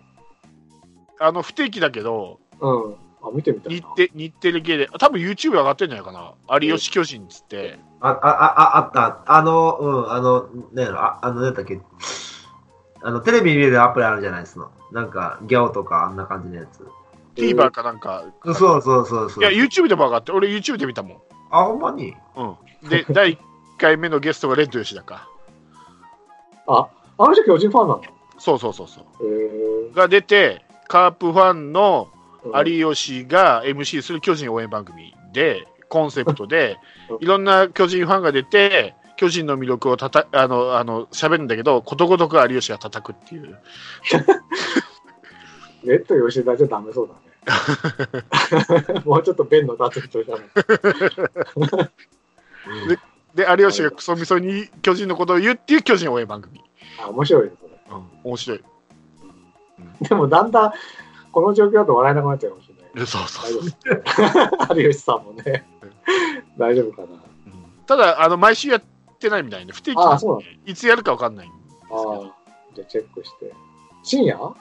[SPEAKER 2] あの、不定期だけど、
[SPEAKER 1] たうん。あ、見てみたい
[SPEAKER 2] 日
[SPEAKER 1] な。
[SPEAKER 2] テ日テレ系で、多分 YouTube 上がってんじゃないかな。有吉巨人っつって、
[SPEAKER 3] あ、あ、あ、ああった。あの、うん、あの、ね、ああの、なんだっけ。あの、テレビ見れるアプリあるじゃないですか。なんか、ギャオとか、あんな感じのやつ。
[SPEAKER 2] TVer かなんか。
[SPEAKER 3] そうそうそうそう。
[SPEAKER 2] いや、YouTube でも上がって、俺 YouTube で見たもん。
[SPEAKER 3] あ、ほんまに
[SPEAKER 2] うん。 で、第1回目のゲストがレッド吉田か。
[SPEAKER 1] あ、あの人巨人ファンなの
[SPEAKER 2] そうそうそうそう。
[SPEAKER 1] えー
[SPEAKER 2] が出て、カープファンの
[SPEAKER 1] うん
[SPEAKER 2] 有吉が MC する巨人応援番組で、コンセプトで
[SPEAKER 1] うん、
[SPEAKER 2] いろんな巨人ファンが出て、巨人の魅力をたたあのあの喋るんだけど、ことごとく有吉が叩くっていう、
[SPEAKER 1] レッド吉田じゃダメそうだね。もうちょっと弁の立つ人じゃない。
[SPEAKER 3] うん
[SPEAKER 2] で有吉がクソみそに巨人のことを言うっていう巨人応援番組、
[SPEAKER 1] あ、面白いね、それ。
[SPEAKER 2] うん、面白い、
[SPEAKER 1] でも、だんだん、この状況だと笑えなくなっちゃうかもしれない。
[SPEAKER 2] そうそうそう
[SPEAKER 1] 大丈夫。有吉さんもね、大丈夫かな。
[SPEAKER 2] うんただあの、毎週やってないみたいな、不定期
[SPEAKER 1] あ
[SPEAKER 2] な
[SPEAKER 1] あそ
[SPEAKER 2] ん
[SPEAKER 1] う
[SPEAKER 2] で、いつやるか分かんないんです
[SPEAKER 1] あ
[SPEAKER 2] けど、
[SPEAKER 1] あ、じゃあチェックして。深夜あ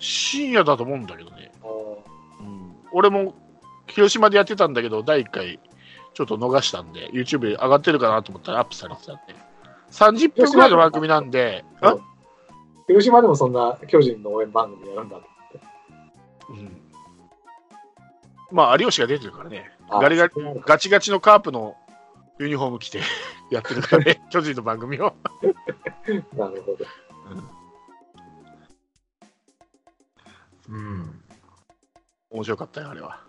[SPEAKER 2] 深夜だと思うんだけどね、
[SPEAKER 1] あ
[SPEAKER 2] うん、俺も広島でやってたんだけど、第1回、ちょっと逃したんで、YouTube で上がってるかなと思ったら、アップされてたんで、30分ぐらいの番組なんで、あ
[SPEAKER 1] うん広島でもそんな巨人の応援番組やるんだと
[SPEAKER 2] うんまあ、有吉が出てるからね、
[SPEAKER 1] 思って。
[SPEAKER 2] ガリガリ
[SPEAKER 1] リ。
[SPEAKER 2] ガチガチのカープのユニフォーム着てやってるからね、巨人の番組を。
[SPEAKER 1] なるほど。
[SPEAKER 3] うん。
[SPEAKER 2] 面白かったよ、あれは。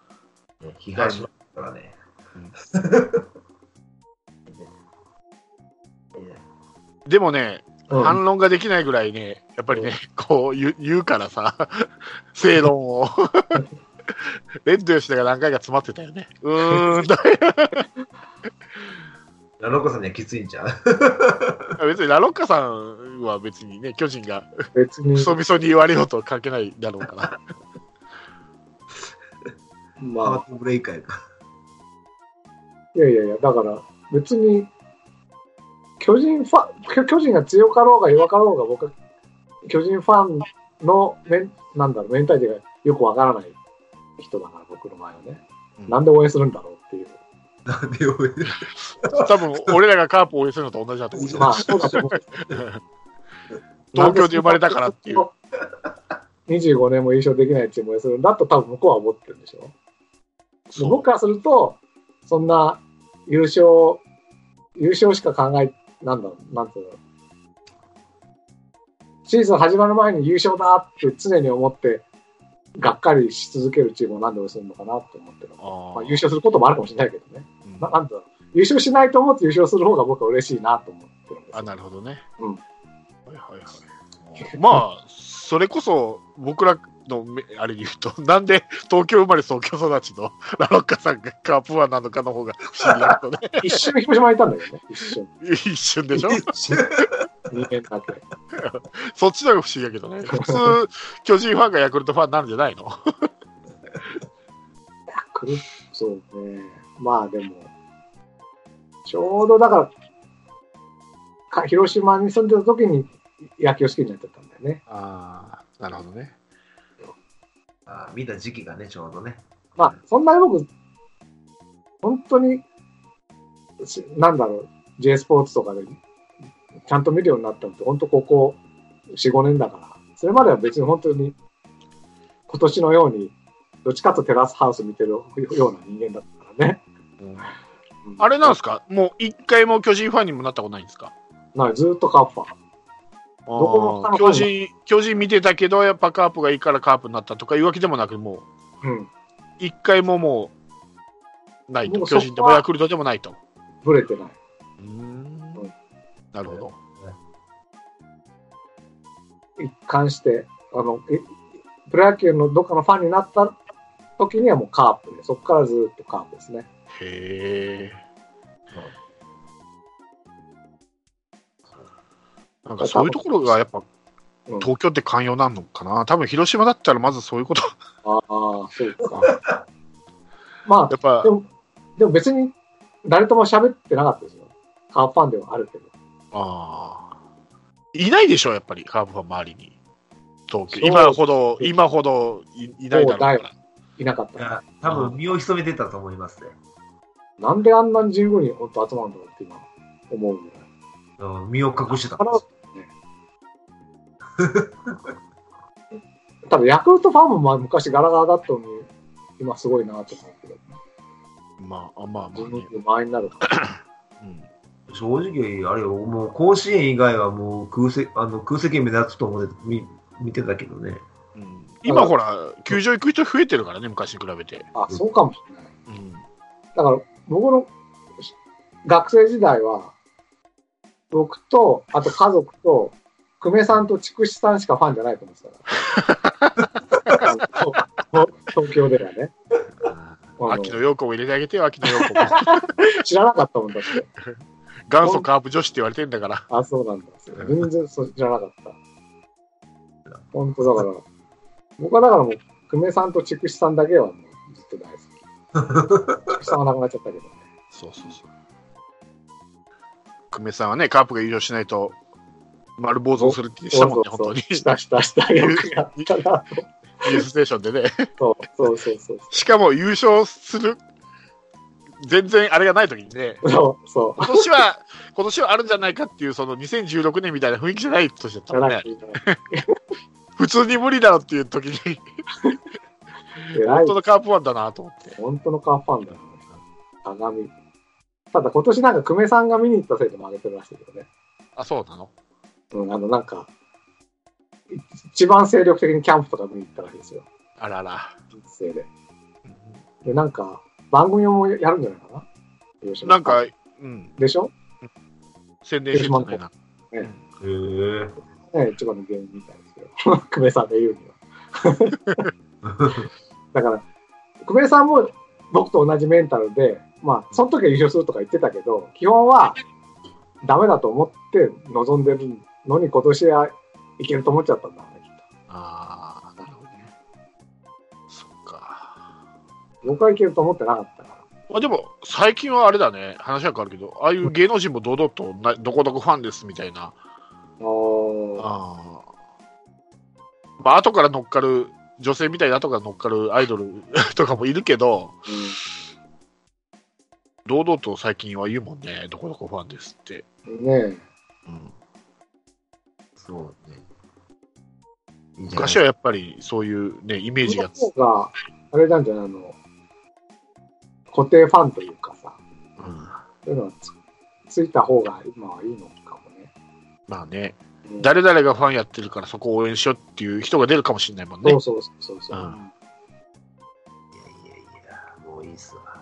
[SPEAKER 3] ね批判しますからね。
[SPEAKER 2] でもね、
[SPEAKER 1] うん
[SPEAKER 2] 反論ができないぐらいね、やっぱりね、こう言う言うからさ、 正論を。レッド吉田が何回か詰まってたよね。うーんだ、
[SPEAKER 3] ラロコさんにはきついんちゃう
[SPEAKER 2] 別にラロッカさんは別にね、巨人が
[SPEAKER 1] 別に
[SPEAKER 2] ク、ソみそに言われようと関係ないだろうから。
[SPEAKER 3] パワ
[SPEAKER 1] まあ、
[SPEAKER 3] ートブレイカーやか
[SPEAKER 1] いやいやいや、だから、別に、巨人ファン、巨巨人が強かろうが弱かろうが、僕は、巨人ファンのメン、なんだろう、メンタリティがよくわからない人だから、僕の前はね。
[SPEAKER 2] うん
[SPEAKER 1] なんで応援するんだろう っていう。
[SPEAKER 3] なんで俺
[SPEAKER 2] 多分俺らがカープを応援するのと同じだと思うよ。
[SPEAKER 1] まあ、そうだと思う。
[SPEAKER 2] 東京で生まれたからっていう。。
[SPEAKER 1] 25年も優勝できないチームを応援するんだと多分向こうは思ってるんでしょ。で
[SPEAKER 2] そう
[SPEAKER 1] 僕からすると、そんな優勝、優勝しか考え、なんだろう、なんていうの。シーズン始まる前に優勝だって常に思って、がっかりし続けるチームをなんで応援するのかなって思ってる。
[SPEAKER 2] あー
[SPEAKER 1] まあ、優勝することもあるかもしれないけどね。
[SPEAKER 2] うん
[SPEAKER 1] ななんだろう。優勝しないと思って優勝する方が僕は嬉しいなと思ってるんです
[SPEAKER 2] あ
[SPEAKER 1] よ。
[SPEAKER 2] なるほどね。
[SPEAKER 1] うん
[SPEAKER 2] はいはいはい。まあそれこそ僕らのめあれに言うと なんで東京生まれ東京育ちのラロッカさんがカープワンなのかの方が不思議だけどね。
[SPEAKER 1] 一瞬広島にいたんだけどね。一瞬。
[SPEAKER 2] 一瞬でしょ。
[SPEAKER 1] 人間だけ。
[SPEAKER 2] そっちの方が不思議だけどね。普通巨人ファンがヤクルトファンになるんじゃないの。
[SPEAKER 1] くるそうね。まあでも、ちょうどだから、か広島に住んでた時に野球好きになっちゃったんだよね。
[SPEAKER 2] ああなるほどね。
[SPEAKER 3] あー見た時期がね、ちょうどね。
[SPEAKER 1] まあ、そんなに僕、本当に、しなんだろう、J スポーツとかで、ちゃんと見るようになったのって、本当ここ4、5年だから、それまでは別に本当に、今年のように、どっちかとテラスハウス見てるような人間だったからね。
[SPEAKER 2] あれなんですすかもう一回も巨人ファンにもなったことないんですか
[SPEAKER 1] なんかずっとカッパー。こも
[SPEAKER 2] あー巨人巨人見てたけどやっぱカープがいいからカープになったとかいうわけでもなくもう
[SPEAKER 1] うん。
[SPEAKER 2] 一回ももうない
[SPEAKER 1] も
[SPEAKER 2] と
[SPEAKER 1] うそこは
[SPEAKER 2] 巨人でもヤクルトでもないと
[SPEAKER 1] ブレてない。
[SPEAKER 2] うんなるほど
[SPEAKER 1] 一貫して、あの、えプロ野球のどっかのファンになった時にはもうカープで、そこからずっとカープですね。
[SPEAKER 2] へえなんかそういうところがやっぱ
[SPEAKER 1] うん
[SPEAKER 2] 東京って寛容なのかな多分広島だったらまずそういうこと
[SPEAKER 1] ああ、そうか。 ま
[SPEAKER 2] やっぱ
[SPEAKER 1] あ、でも、でも別に誰とも喋ってなかったですよ。カープファンではあるけど。
[SPEAKER 2] あーいないでしょやっぱりカープファン周りに東
[SPEAKER 1] そう
[SPEAKER 2] 京今ほど今ほどいいないだろうから
[SPEAKER 1] そうだいなかっ
[SPEAKER 3] い
[SPEAKER 1] た。
[SPEAKER 3] や、多分身を潜めてたと思いますね。
[SPEAKER 1] なんであんなに15人本当集まるんだろうって今思うぐらい。
[SPEAKER 3] うん身を隠してた
[SPEAKER 1] あ。のね多分ヤクルトファンもまあ昔ガラガラだったのに、今すごいなと思うけど、
[SPEAKER 2] まあまあま
[SPEAKER 1] 自
[SPEAKER 2] あね
[SPEAKER 1] 分、の前にな るから。
[SPEAKER 2] うん
[SPEAKER 3] 正直、あれよ、もう甲子園以外はもう空席、あの空席目立つと思って見見てたけどね。
[SPEAKER 2] うん今ほら球場行く人増えてるからね昔に比べて、
[SPEAKER 1] あ、そうかもしれない。
[SPEAKER 2] うん、
[SPEAKER 1] だから僕のし学生時代は、僕と、あと家族と、久米さんと筑紫さんしかファンじゃないと思ってたから。あ の東京ではね。あの
[SPEAKER 2] 秋野陽子も入れてあげてよ、秋野陽子も。
[SPEAKER 1] 知らなかったもんだって。
[SPEAKER 2] 元祖カープ女子って言われてんだから。
[SPEAKER 1] あ、そうなんだ。全然それ知らなかった。本当だから、僕はだからもう、久米さんと筑紫さんだけはもうずっと大好き。 筑紫さんはなくなっちゃったけどね。
[SPEAKER 2] そうそうそう。久米さんはね、カープが優勝しないと、丸坊主をするってしたもんね、
[SPEAKER 1] そう
[SPEAKER 2] 本
[SPEAKER 1] そうそ
[SPEAKER 2] 当
[SPEAKER 1] う
[SPEAKER 2] に。
[SPEAKER 1] したしたした。よくやったな。
[SPEAKER 2] ニュースステーションでね。
[SPEAKER 1] そうそうそうそう。
[SPEAKER 2] しかも優勝する、全然あれがない時にね、
[SPEAKER 1] そうそう。
[SPEAKER 2] 今年 は、今年はあるんじゃないかっていう、その2016年みたいな雰囲気じゃない年だったもんね。普通に無理だろっていう時に、
[SPEAKER 1] 偉
[SPEAKER 2] 本
[SPEAKER 1] い
[SPEAKER 2] 当。のカープファンだなと思って。
[SPEAKER 1] 本当のカーファンだな。鏡。ただ今年なんか久米さんが見に行ったせいでも上げてるらしいけどね。
[SPEAKER 2] あ、そうなの
[SPEAKER 1] うん、あのなんか、い一番精力的にキャンプとか見に行ったらしいですよ。
[SPEAKER 2] あらら。
[SPEAKER 1] 人生で。で、なんか、番組もやるんじゃないかな広島
[SPEAKER 2] なんか、うん、
[SPEAKER 1] でしょ
[SPEAKER 2] 宣伝してたね。
[SPEAKER 3] へえ。
[SPEAKER 1] ね、一番の原因みたいですよ。久米さんが言うには。だから、久米さんも僕と同じメンタルで、まあ、その時は優勝するとか言ってたけど、基本はダメだと思って望んでるのに、今年はいけると思っちゃったんだろうね、きっ
[SPEAKER 2] ああ、なるほどね。そっか。
[SPEAKER 1] と。僕はいけると思ってなかったか
[SPEAKER 2] まあでも、最近はあれだね、話は変わるけど、ああいう芸能人も堂々とな、どこどこファンですみたいな、
[SPEAKER 1] ら。おー
[SPEAKER 2] ああまあ後から乗っかる、女性みたいに後から乗っかるアイドル とかもいるけど、堂々と最近は言うもんね、どこどこファンですって。
[SPEAKER 1] うん、ね
[SPEAKER 2] うん
[SPEAKER 3] そうね。いいじゃない
[SPEAKER 2] 昔はやっぱりそういうね、イメー
[SPEAKER 1] え。
[SPEAKER 2] ジ
[SPEAKER 1] その
[SPEAKER 2] が
[SPEAKER 1] 方が、あれなんじゃないあの、固定ファンというかさ、
[SPEAKER 2] うん
[SPEAKER 1] そういうのがつついた方が今はいいのかもね。
[SPEAKER 2] まあね、
[SPEAKER 1] うん
[SPEAKER 2] 誰々がファンやってるからそこを応援しようっていう人が出るかもしれないもんね
[SPEAKER 1] そう。そうそうそう。
[SPEAKER 2] う
[SPEAKER 3] いやいやいや、もういいっすわ。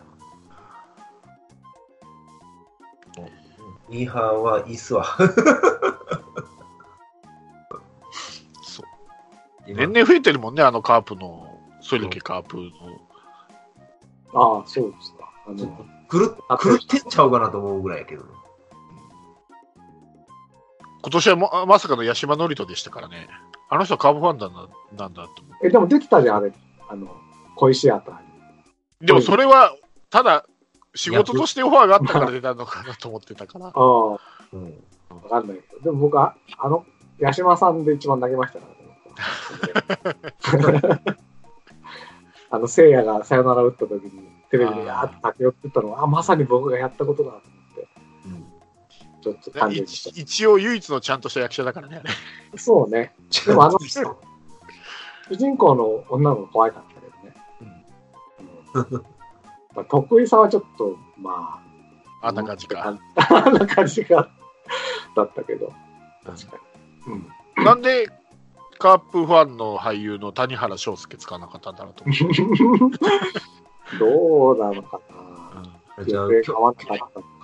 [SPEAKER 3] ミーハーはいいっすわ。
[SPEAKER 2] そう
[SPEAKER 3] 今
[SPEAKER 2] 年々増えてるもんね、あのカープの、ソイルケカープの。
[SPEAKER 1] ああ、そうですか。あ
[SPEAKER 3] ちょっ
[SPEAKER 1] の、
[SPEAKER 3] 狂っ狂ってっちゃうかなと思うぐらいやけどね。
[SPEAKER 2] 今年はままさかの八島ノリトでしたからね。あの人カープファンだななんだと思
[SPEAKER 1] え、でも出てたじゃん、あれ。あの、恋シアターに。
[SPEAKER 2] う。でもそれは、ただ、仕事としてオファーがあったから出たのかなと思ってたから。
[SPEAKER 1] ああ、わ
[SPEAKER 3] うん。
[SPEAKER 1] かんないけど。でも僕は、あの、八島さんで一番投げましたからね。あの、聖夜がさよなら打った時に、テレビでやーって駆け寄ってったのは、あ、まさに僕がやったことだと思って、ちょっと感
[SPEAKER 2] ね
[SPEAKER 1] じま
[SPEAKER 2] 一
[SPEAKER 1] し
[SPEAKER 2] 一応唯一のちゃんとした役者だからね。
[SPEAKER 1] た。そうね。
[SPEAKER 3] で
[SPEAKER 1] でもあの
[SPEAKER 3] 人、
[SPEAKER 1] 主人公の女の子怖いかったけどね。うんまあ得意さはちょっと、まあ、
[SPEAKER 2] あんな感じか。。
[SPEAKER 1] あんな感じが、だったけど。確かに。うん。
[SPEAKER 2] なんで、カープファンの俳優の谷原章介使わなかったんだろうと思
[SPEAKER 1] どうなのかな。
[SPEAKER 3] じ
[SPEAKER 1] 行
[SPEAKER 3] ゃあ
[SPEAKER 1] 方
[SPEAKER 3] 今
[SPEAKER 1] 変わんなかっ
[SPEAKER 3] 日
[SPEAKER 1] たの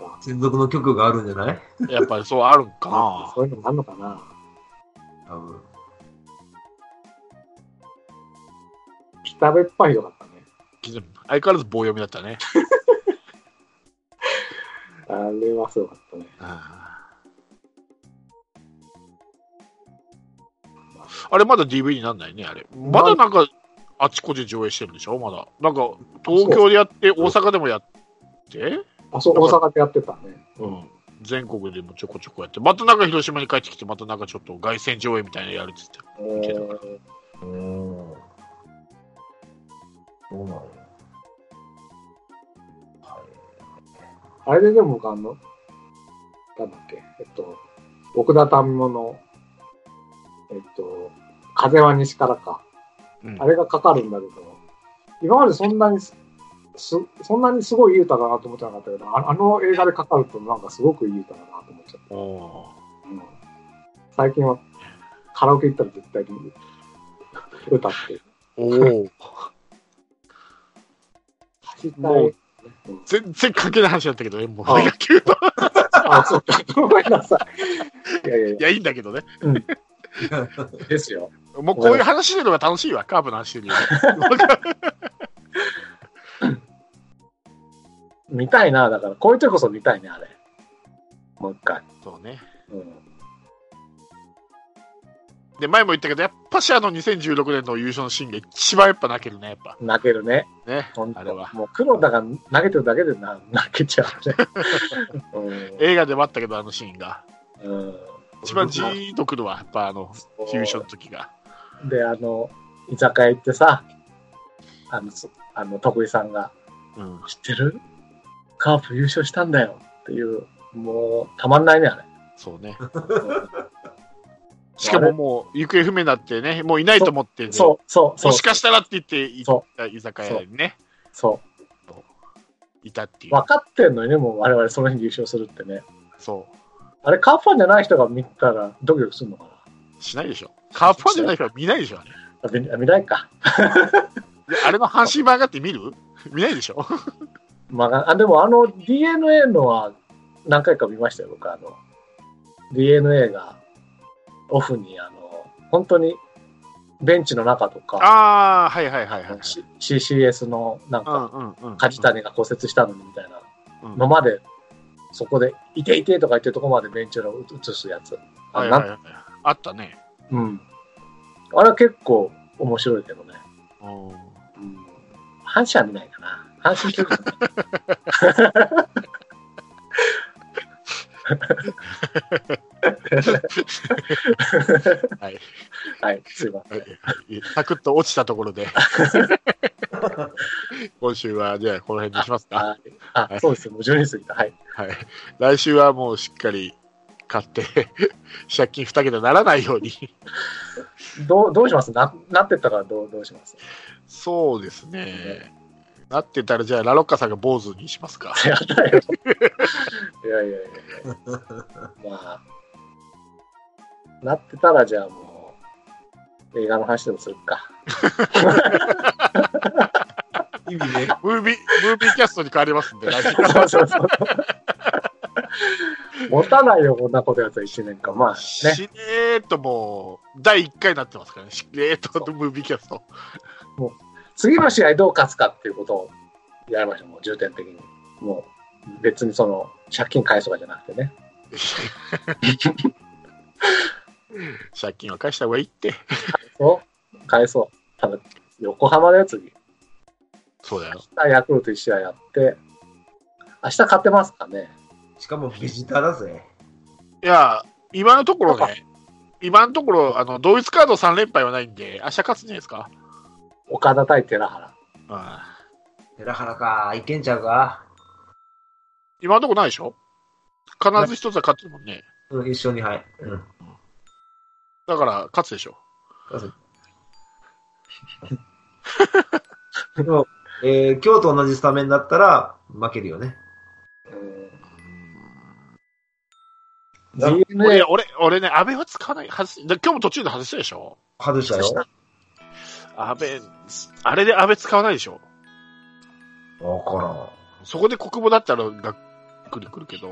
[SPEAKER 1] か。
[SPEAKER 3] 専属の曲があるんじゃない
[SPEAKER 2] って。やっぱりそうあるんかな。
[SPEAKER 1] そういう のもあるのかな。
[SPEAKER 3] 多分。
[SPEAKER 1] 北べっぱいよかったね。
[SPEAKER 2] 相変わらず棒読みだったね。
[SPEAKER 1] あれはすごかったね。
[SPEAKER 2] あれまだ DV になんないね、あれ。まだなんか、あちこち上映してるんでしょまだ。なんか、東京でやって、大阪でもやって、
[SPEAKER 1] あ、そう、大阪でやってたね。
[SPEAKER 2] うん。全国でもちょこちょこやって、またなんか広島に帰ってきて、またなんかちょっと凱旋上映みたいなのやるって言ってた。
[SPEAKER 1] えー
[SPEAKER 3] うん。そうなのよはい
[SPEAKER 1] あれででも僕あの、なんだっけ、えっと、奥田民生の、えっと、風は西からか。
[SPEAKER 2] うん
[SPEAKER 1] あれがかかるんだけど、今までそんなにす、すそんなにすごいいい歌だなと思ってなかったけど、ああの映画でかかるとなんかすごくいい歌だなと思っちゃった。
[SPEAKER 2] お
[SPEAKER 1] うん最近はカラオケ行ったら絶対に歌って。
[SPEAKER 2] ーおー。
[SPEAKER 1] 走った
[SPEAKER 2] も
[SPEAKER 1] い。
[SPEAKER 2] う
[SPEAKER 1] うん
[SPEAKER 2] 全然関係ない話だったけどね、もう
[SPEAKER 1] あ
[SPEAKER 2] 野球の。
[SPEAKER 1] あ、そうか。ごめんなさい。いやいやい
[SPEAKER 2] いや、いいんだけどね。
[SPEAKER 1] や、ですよ。
[SPEAKER 2] もうこういう話してるのが楽しいわ、カーブの話してるより。
[SPEAKER 1] 見たいな、だから、こういう時こそ見たいね、あれ。もう一回。
[SPEAKER 2] そうね。
[SPEAKER 1] うん、
[SPEAKER 2] で、前も言ったけど、やっぱしあの2016年の優勝のシーンが一番やっぱ泣けるね、やっぱ。
[SPEAKER 1] 泣けるね。
[SPEAKER 2] ね。
[SPEAKER 1] 本
[SPEAKER 2] あれ
[SPEAKER 1] 当
[SPEAKER 2] は
[SPEAKER 1] もう黒田が投げてるだけでな泣けちゃうね。 うん
[SPEAKER 2] 映画でもあったけど、あのシーンが。
[SPEAKER 1] うん
[SPEAKER 2] 一番 じーっとくるわ、やっぱあの、優勝の時が。
[SPEAKER 1] で、あの、居酒屋行ってさ、あの、そあの徳井さんが、
[SPEAKER 2] うん。
[SPEAKER 1] 知ってるカープ優勝したんだよっていう、もう、たまんないね、あれ。
[SPEAKER 2] そう ね。
[SPEAKER 1] う
[SPEAKER 2] しかももう、行方不明になってね、もういないと思って、ね、
[SPEAKER 1] んそう、そう、そう。
[SPEAKER 2] もしかしたらって言って、行
[SPEAKER 1] そ
[SPEAKER 2] った居酒屋にね、
[SPEAKER 1] そ。
[SPEAKER 2] いたっていうう。
[SPEAKER 1] 分かってんのにね、もう我々その日に優勝するってね。
[SPEAKER 2] そ
[SPEAKER 1] あれ、カープファンじゃない人が見たらドキドキするのか
[SPEAKER 2] う。しないでしょ。カープファンじゃないから見ないでしょ、あ
[SPEAKER 1] な
[SPEAKER 2] れ。
[SPEAKER 1] あ見あ見ないか。
[SPEAKER 2] であれの阪神版がって見る見ないでしょ。
[SPEAKER 1] まあ、あでも、あの DNA のは何回か見ましたよ、僕。あの DNA がオフに、あの、本当にベンチの中とか、
[SPEAKER 2] ああ、はいはいはいはい。
[SPEAKER 1] C- CCS のなん
[SPEAKER 2] う
[SPEAKER 1] か、
[SPEAKER 2] んうんうん。
[SPEAKER 1] 梶谷が骨折したのにみたいな
[SPEAKER 2] うん
[SPEAKER 1] のまで、そこで、いていてとか言ってるとこまでベンチ裏を映すやつ。あ
[SPEAKER 2] はい
[SPEAKER 1] な
[SPEAKER 2] はいはい。あったね。
[SPEAKER 1] うん。あれは結構面白いけどね。
[SPEAKER 2] うん
[SPEAKER 1] うん。阪神は見ないかな。阪神球場
[SPEAKER 2] はい。
[SPEAKER 1] はい、すいません。
[SPEAKER 2] はいサクッと落ちたところで。 今週は、じゃあ、この辺にしますか。
[SPEAKER 1] はい、あ、そうですよ、もう12過ぎた。はい。
[SPEAKER 2] はい。来週はもうしっかり買って、借金2桁ならないように。
[SPEAKER 1] どうどうしますななってったからどうどうします
[SPEAKER 2] そうですね。なってたら、じゃあ、ラロッカさんが坊主にしますか。
[SPEAKER 1] やだよ。いやいやいやいや。まあ、なってたらじゃあもう、映画の話でもするか。
[SPEAKER 3] 意味ね。
[SPEAKER 2] ムービー、ムービーキャストに変わりますん で、来週
[SPEAKER 1] そうそうそう。持たないよ、こんなことやつは1年間。まあね。
[SPEAKER 2] しねーっともう、第1回になってますからね。しねーっとムービーキャスト。
[SPEAKER 1] 次の試合どう勝つかっていうことをやりましょう、もう重点的に。もう別にその借金返すとかじゃなくてね。
[SPEAKER 2] 借金は返した方がいいって。
[SPEAKER 1] そう返そう。ただ、横浜だよ、次。
[SPEAKER 2] そうだよ。
[SPEAKER 1] 明日ヤクルト1試合やって、明日勝てますかね。
[SPEAKER 3] しかもベジータだぜ。
[SPEAKER 2] いや、今のところね、今のところ、あの、同一カード3連敗はないんで、明日勝つんじゃないですか。
[SPEAKER 1] 岡田対寺原。
[SPEAKER 2] ああ
[SPEAKER 3] 寺原か、いけんちゃうか。
[SPEAKER 2] 今のところないでしょ必ず一つは勝ってるもんね。
[SPEAKER 3] うん、一緒に、はい。うん。
[SPEAKER 2] だから、勝つでしょ。
[SPEAKER 3] でも、 えー、今日と同じスタメンだったら負けるよね。な
[SPEAKER 1] DNA
[SPEAKER 2] 俺、俺、俺ね、安倍は使わない。外すだ今日も途中で外したでしょ
[SPEAKER 3] 外したよ。
[SPEAKER 2] 安倍、あれで安倍使わないでしょ
[SPEAKER 3] わからん。
[SPEAKER 2] そこで国母だったらがっくりくるけど、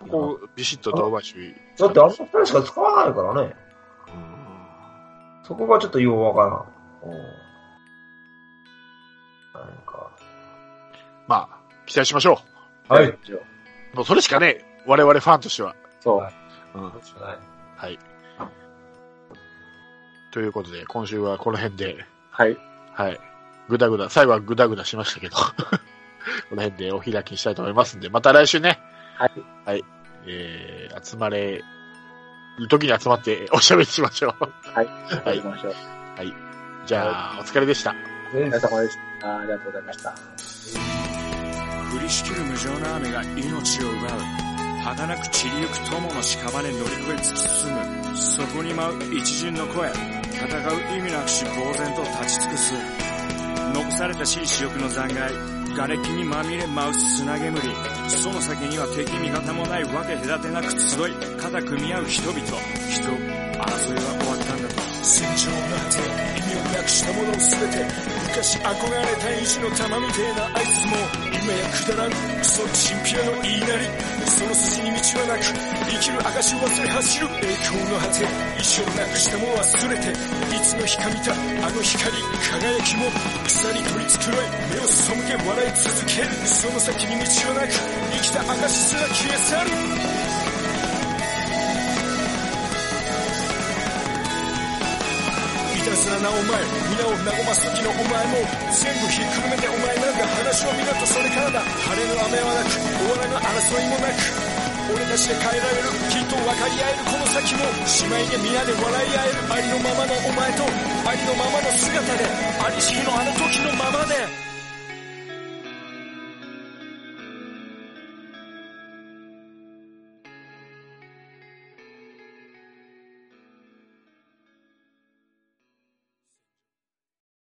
[SPEAKER 2] ここビシッと堂林。
[SPEAKER 3] だってあの二人しか使わないからね。そこがちょっとようわからん。うん。なんか。
[SPEAKER 2] まあ、期待しましょ
[SPEAKER 3] はい。。
[SPEAKER 2] う。もうそれしかね、我々ファンとしては。
[SPEAKER 1] そう。
[SPEAKER 3] はい
[SPEAKER 2] うん
[SPEAKER 3] はい
[SPEAKER 2] はい。ということで、今週はこの辺で、
[SPEAKER 1] はい。
[SPEAKER 2] はい。ぐだぐだ、最後はぐだぐだしましたけど、こ の辺でお開きにしたいと思いますんで、また来週ね。
[SPEAKER 1] はい。
[SPEAKER 2] はい。えー、集まれ、る時に集まっておしゃべりしましょう。
[SPEAKER 1] はい。行きましょう。
[SPEAKER 2] じゃあ、お疲れでした。
[SPEAKER 1] お疲れ様でした。ありがとうございました。
[SPEAKER 4] 降りしきる無情な雨が命を奪う儚く散りゆく友の屍に乗り越え突き進むそこに舞う一陣の声戦う意味なくし呆然と立ち尽くす残されたしい死翼の残骸瓦礫にまみれ舞う砂煙その先には敵味方もないわけ隔てなく集い肩組み合う人々人争いは終わったんだと戦場の果て意味をなくしたもの全て昔憧れた意地の玉みてえなあいつも今やくだらんクソチンピラの言いなりその筋に道はなく生きる証を忘れ走る栄光の果て意地をなくしたもの忘れていつの日か見たあの光輝きも草に取り繕い目を背け笑い続けるその先に道はなく生きた証すら消え去るいたずらなお前皆を和ます時のお前も全部ひっくるめてお前なんか話を見なとそれからだ晴れの雨はなく終わらぬ争いもなく俺たちで変えられるきっと分かり合えるこの先も姉妹で皆で笑い合えるありのままのお前とありのままの姿でありしきのあの時のままで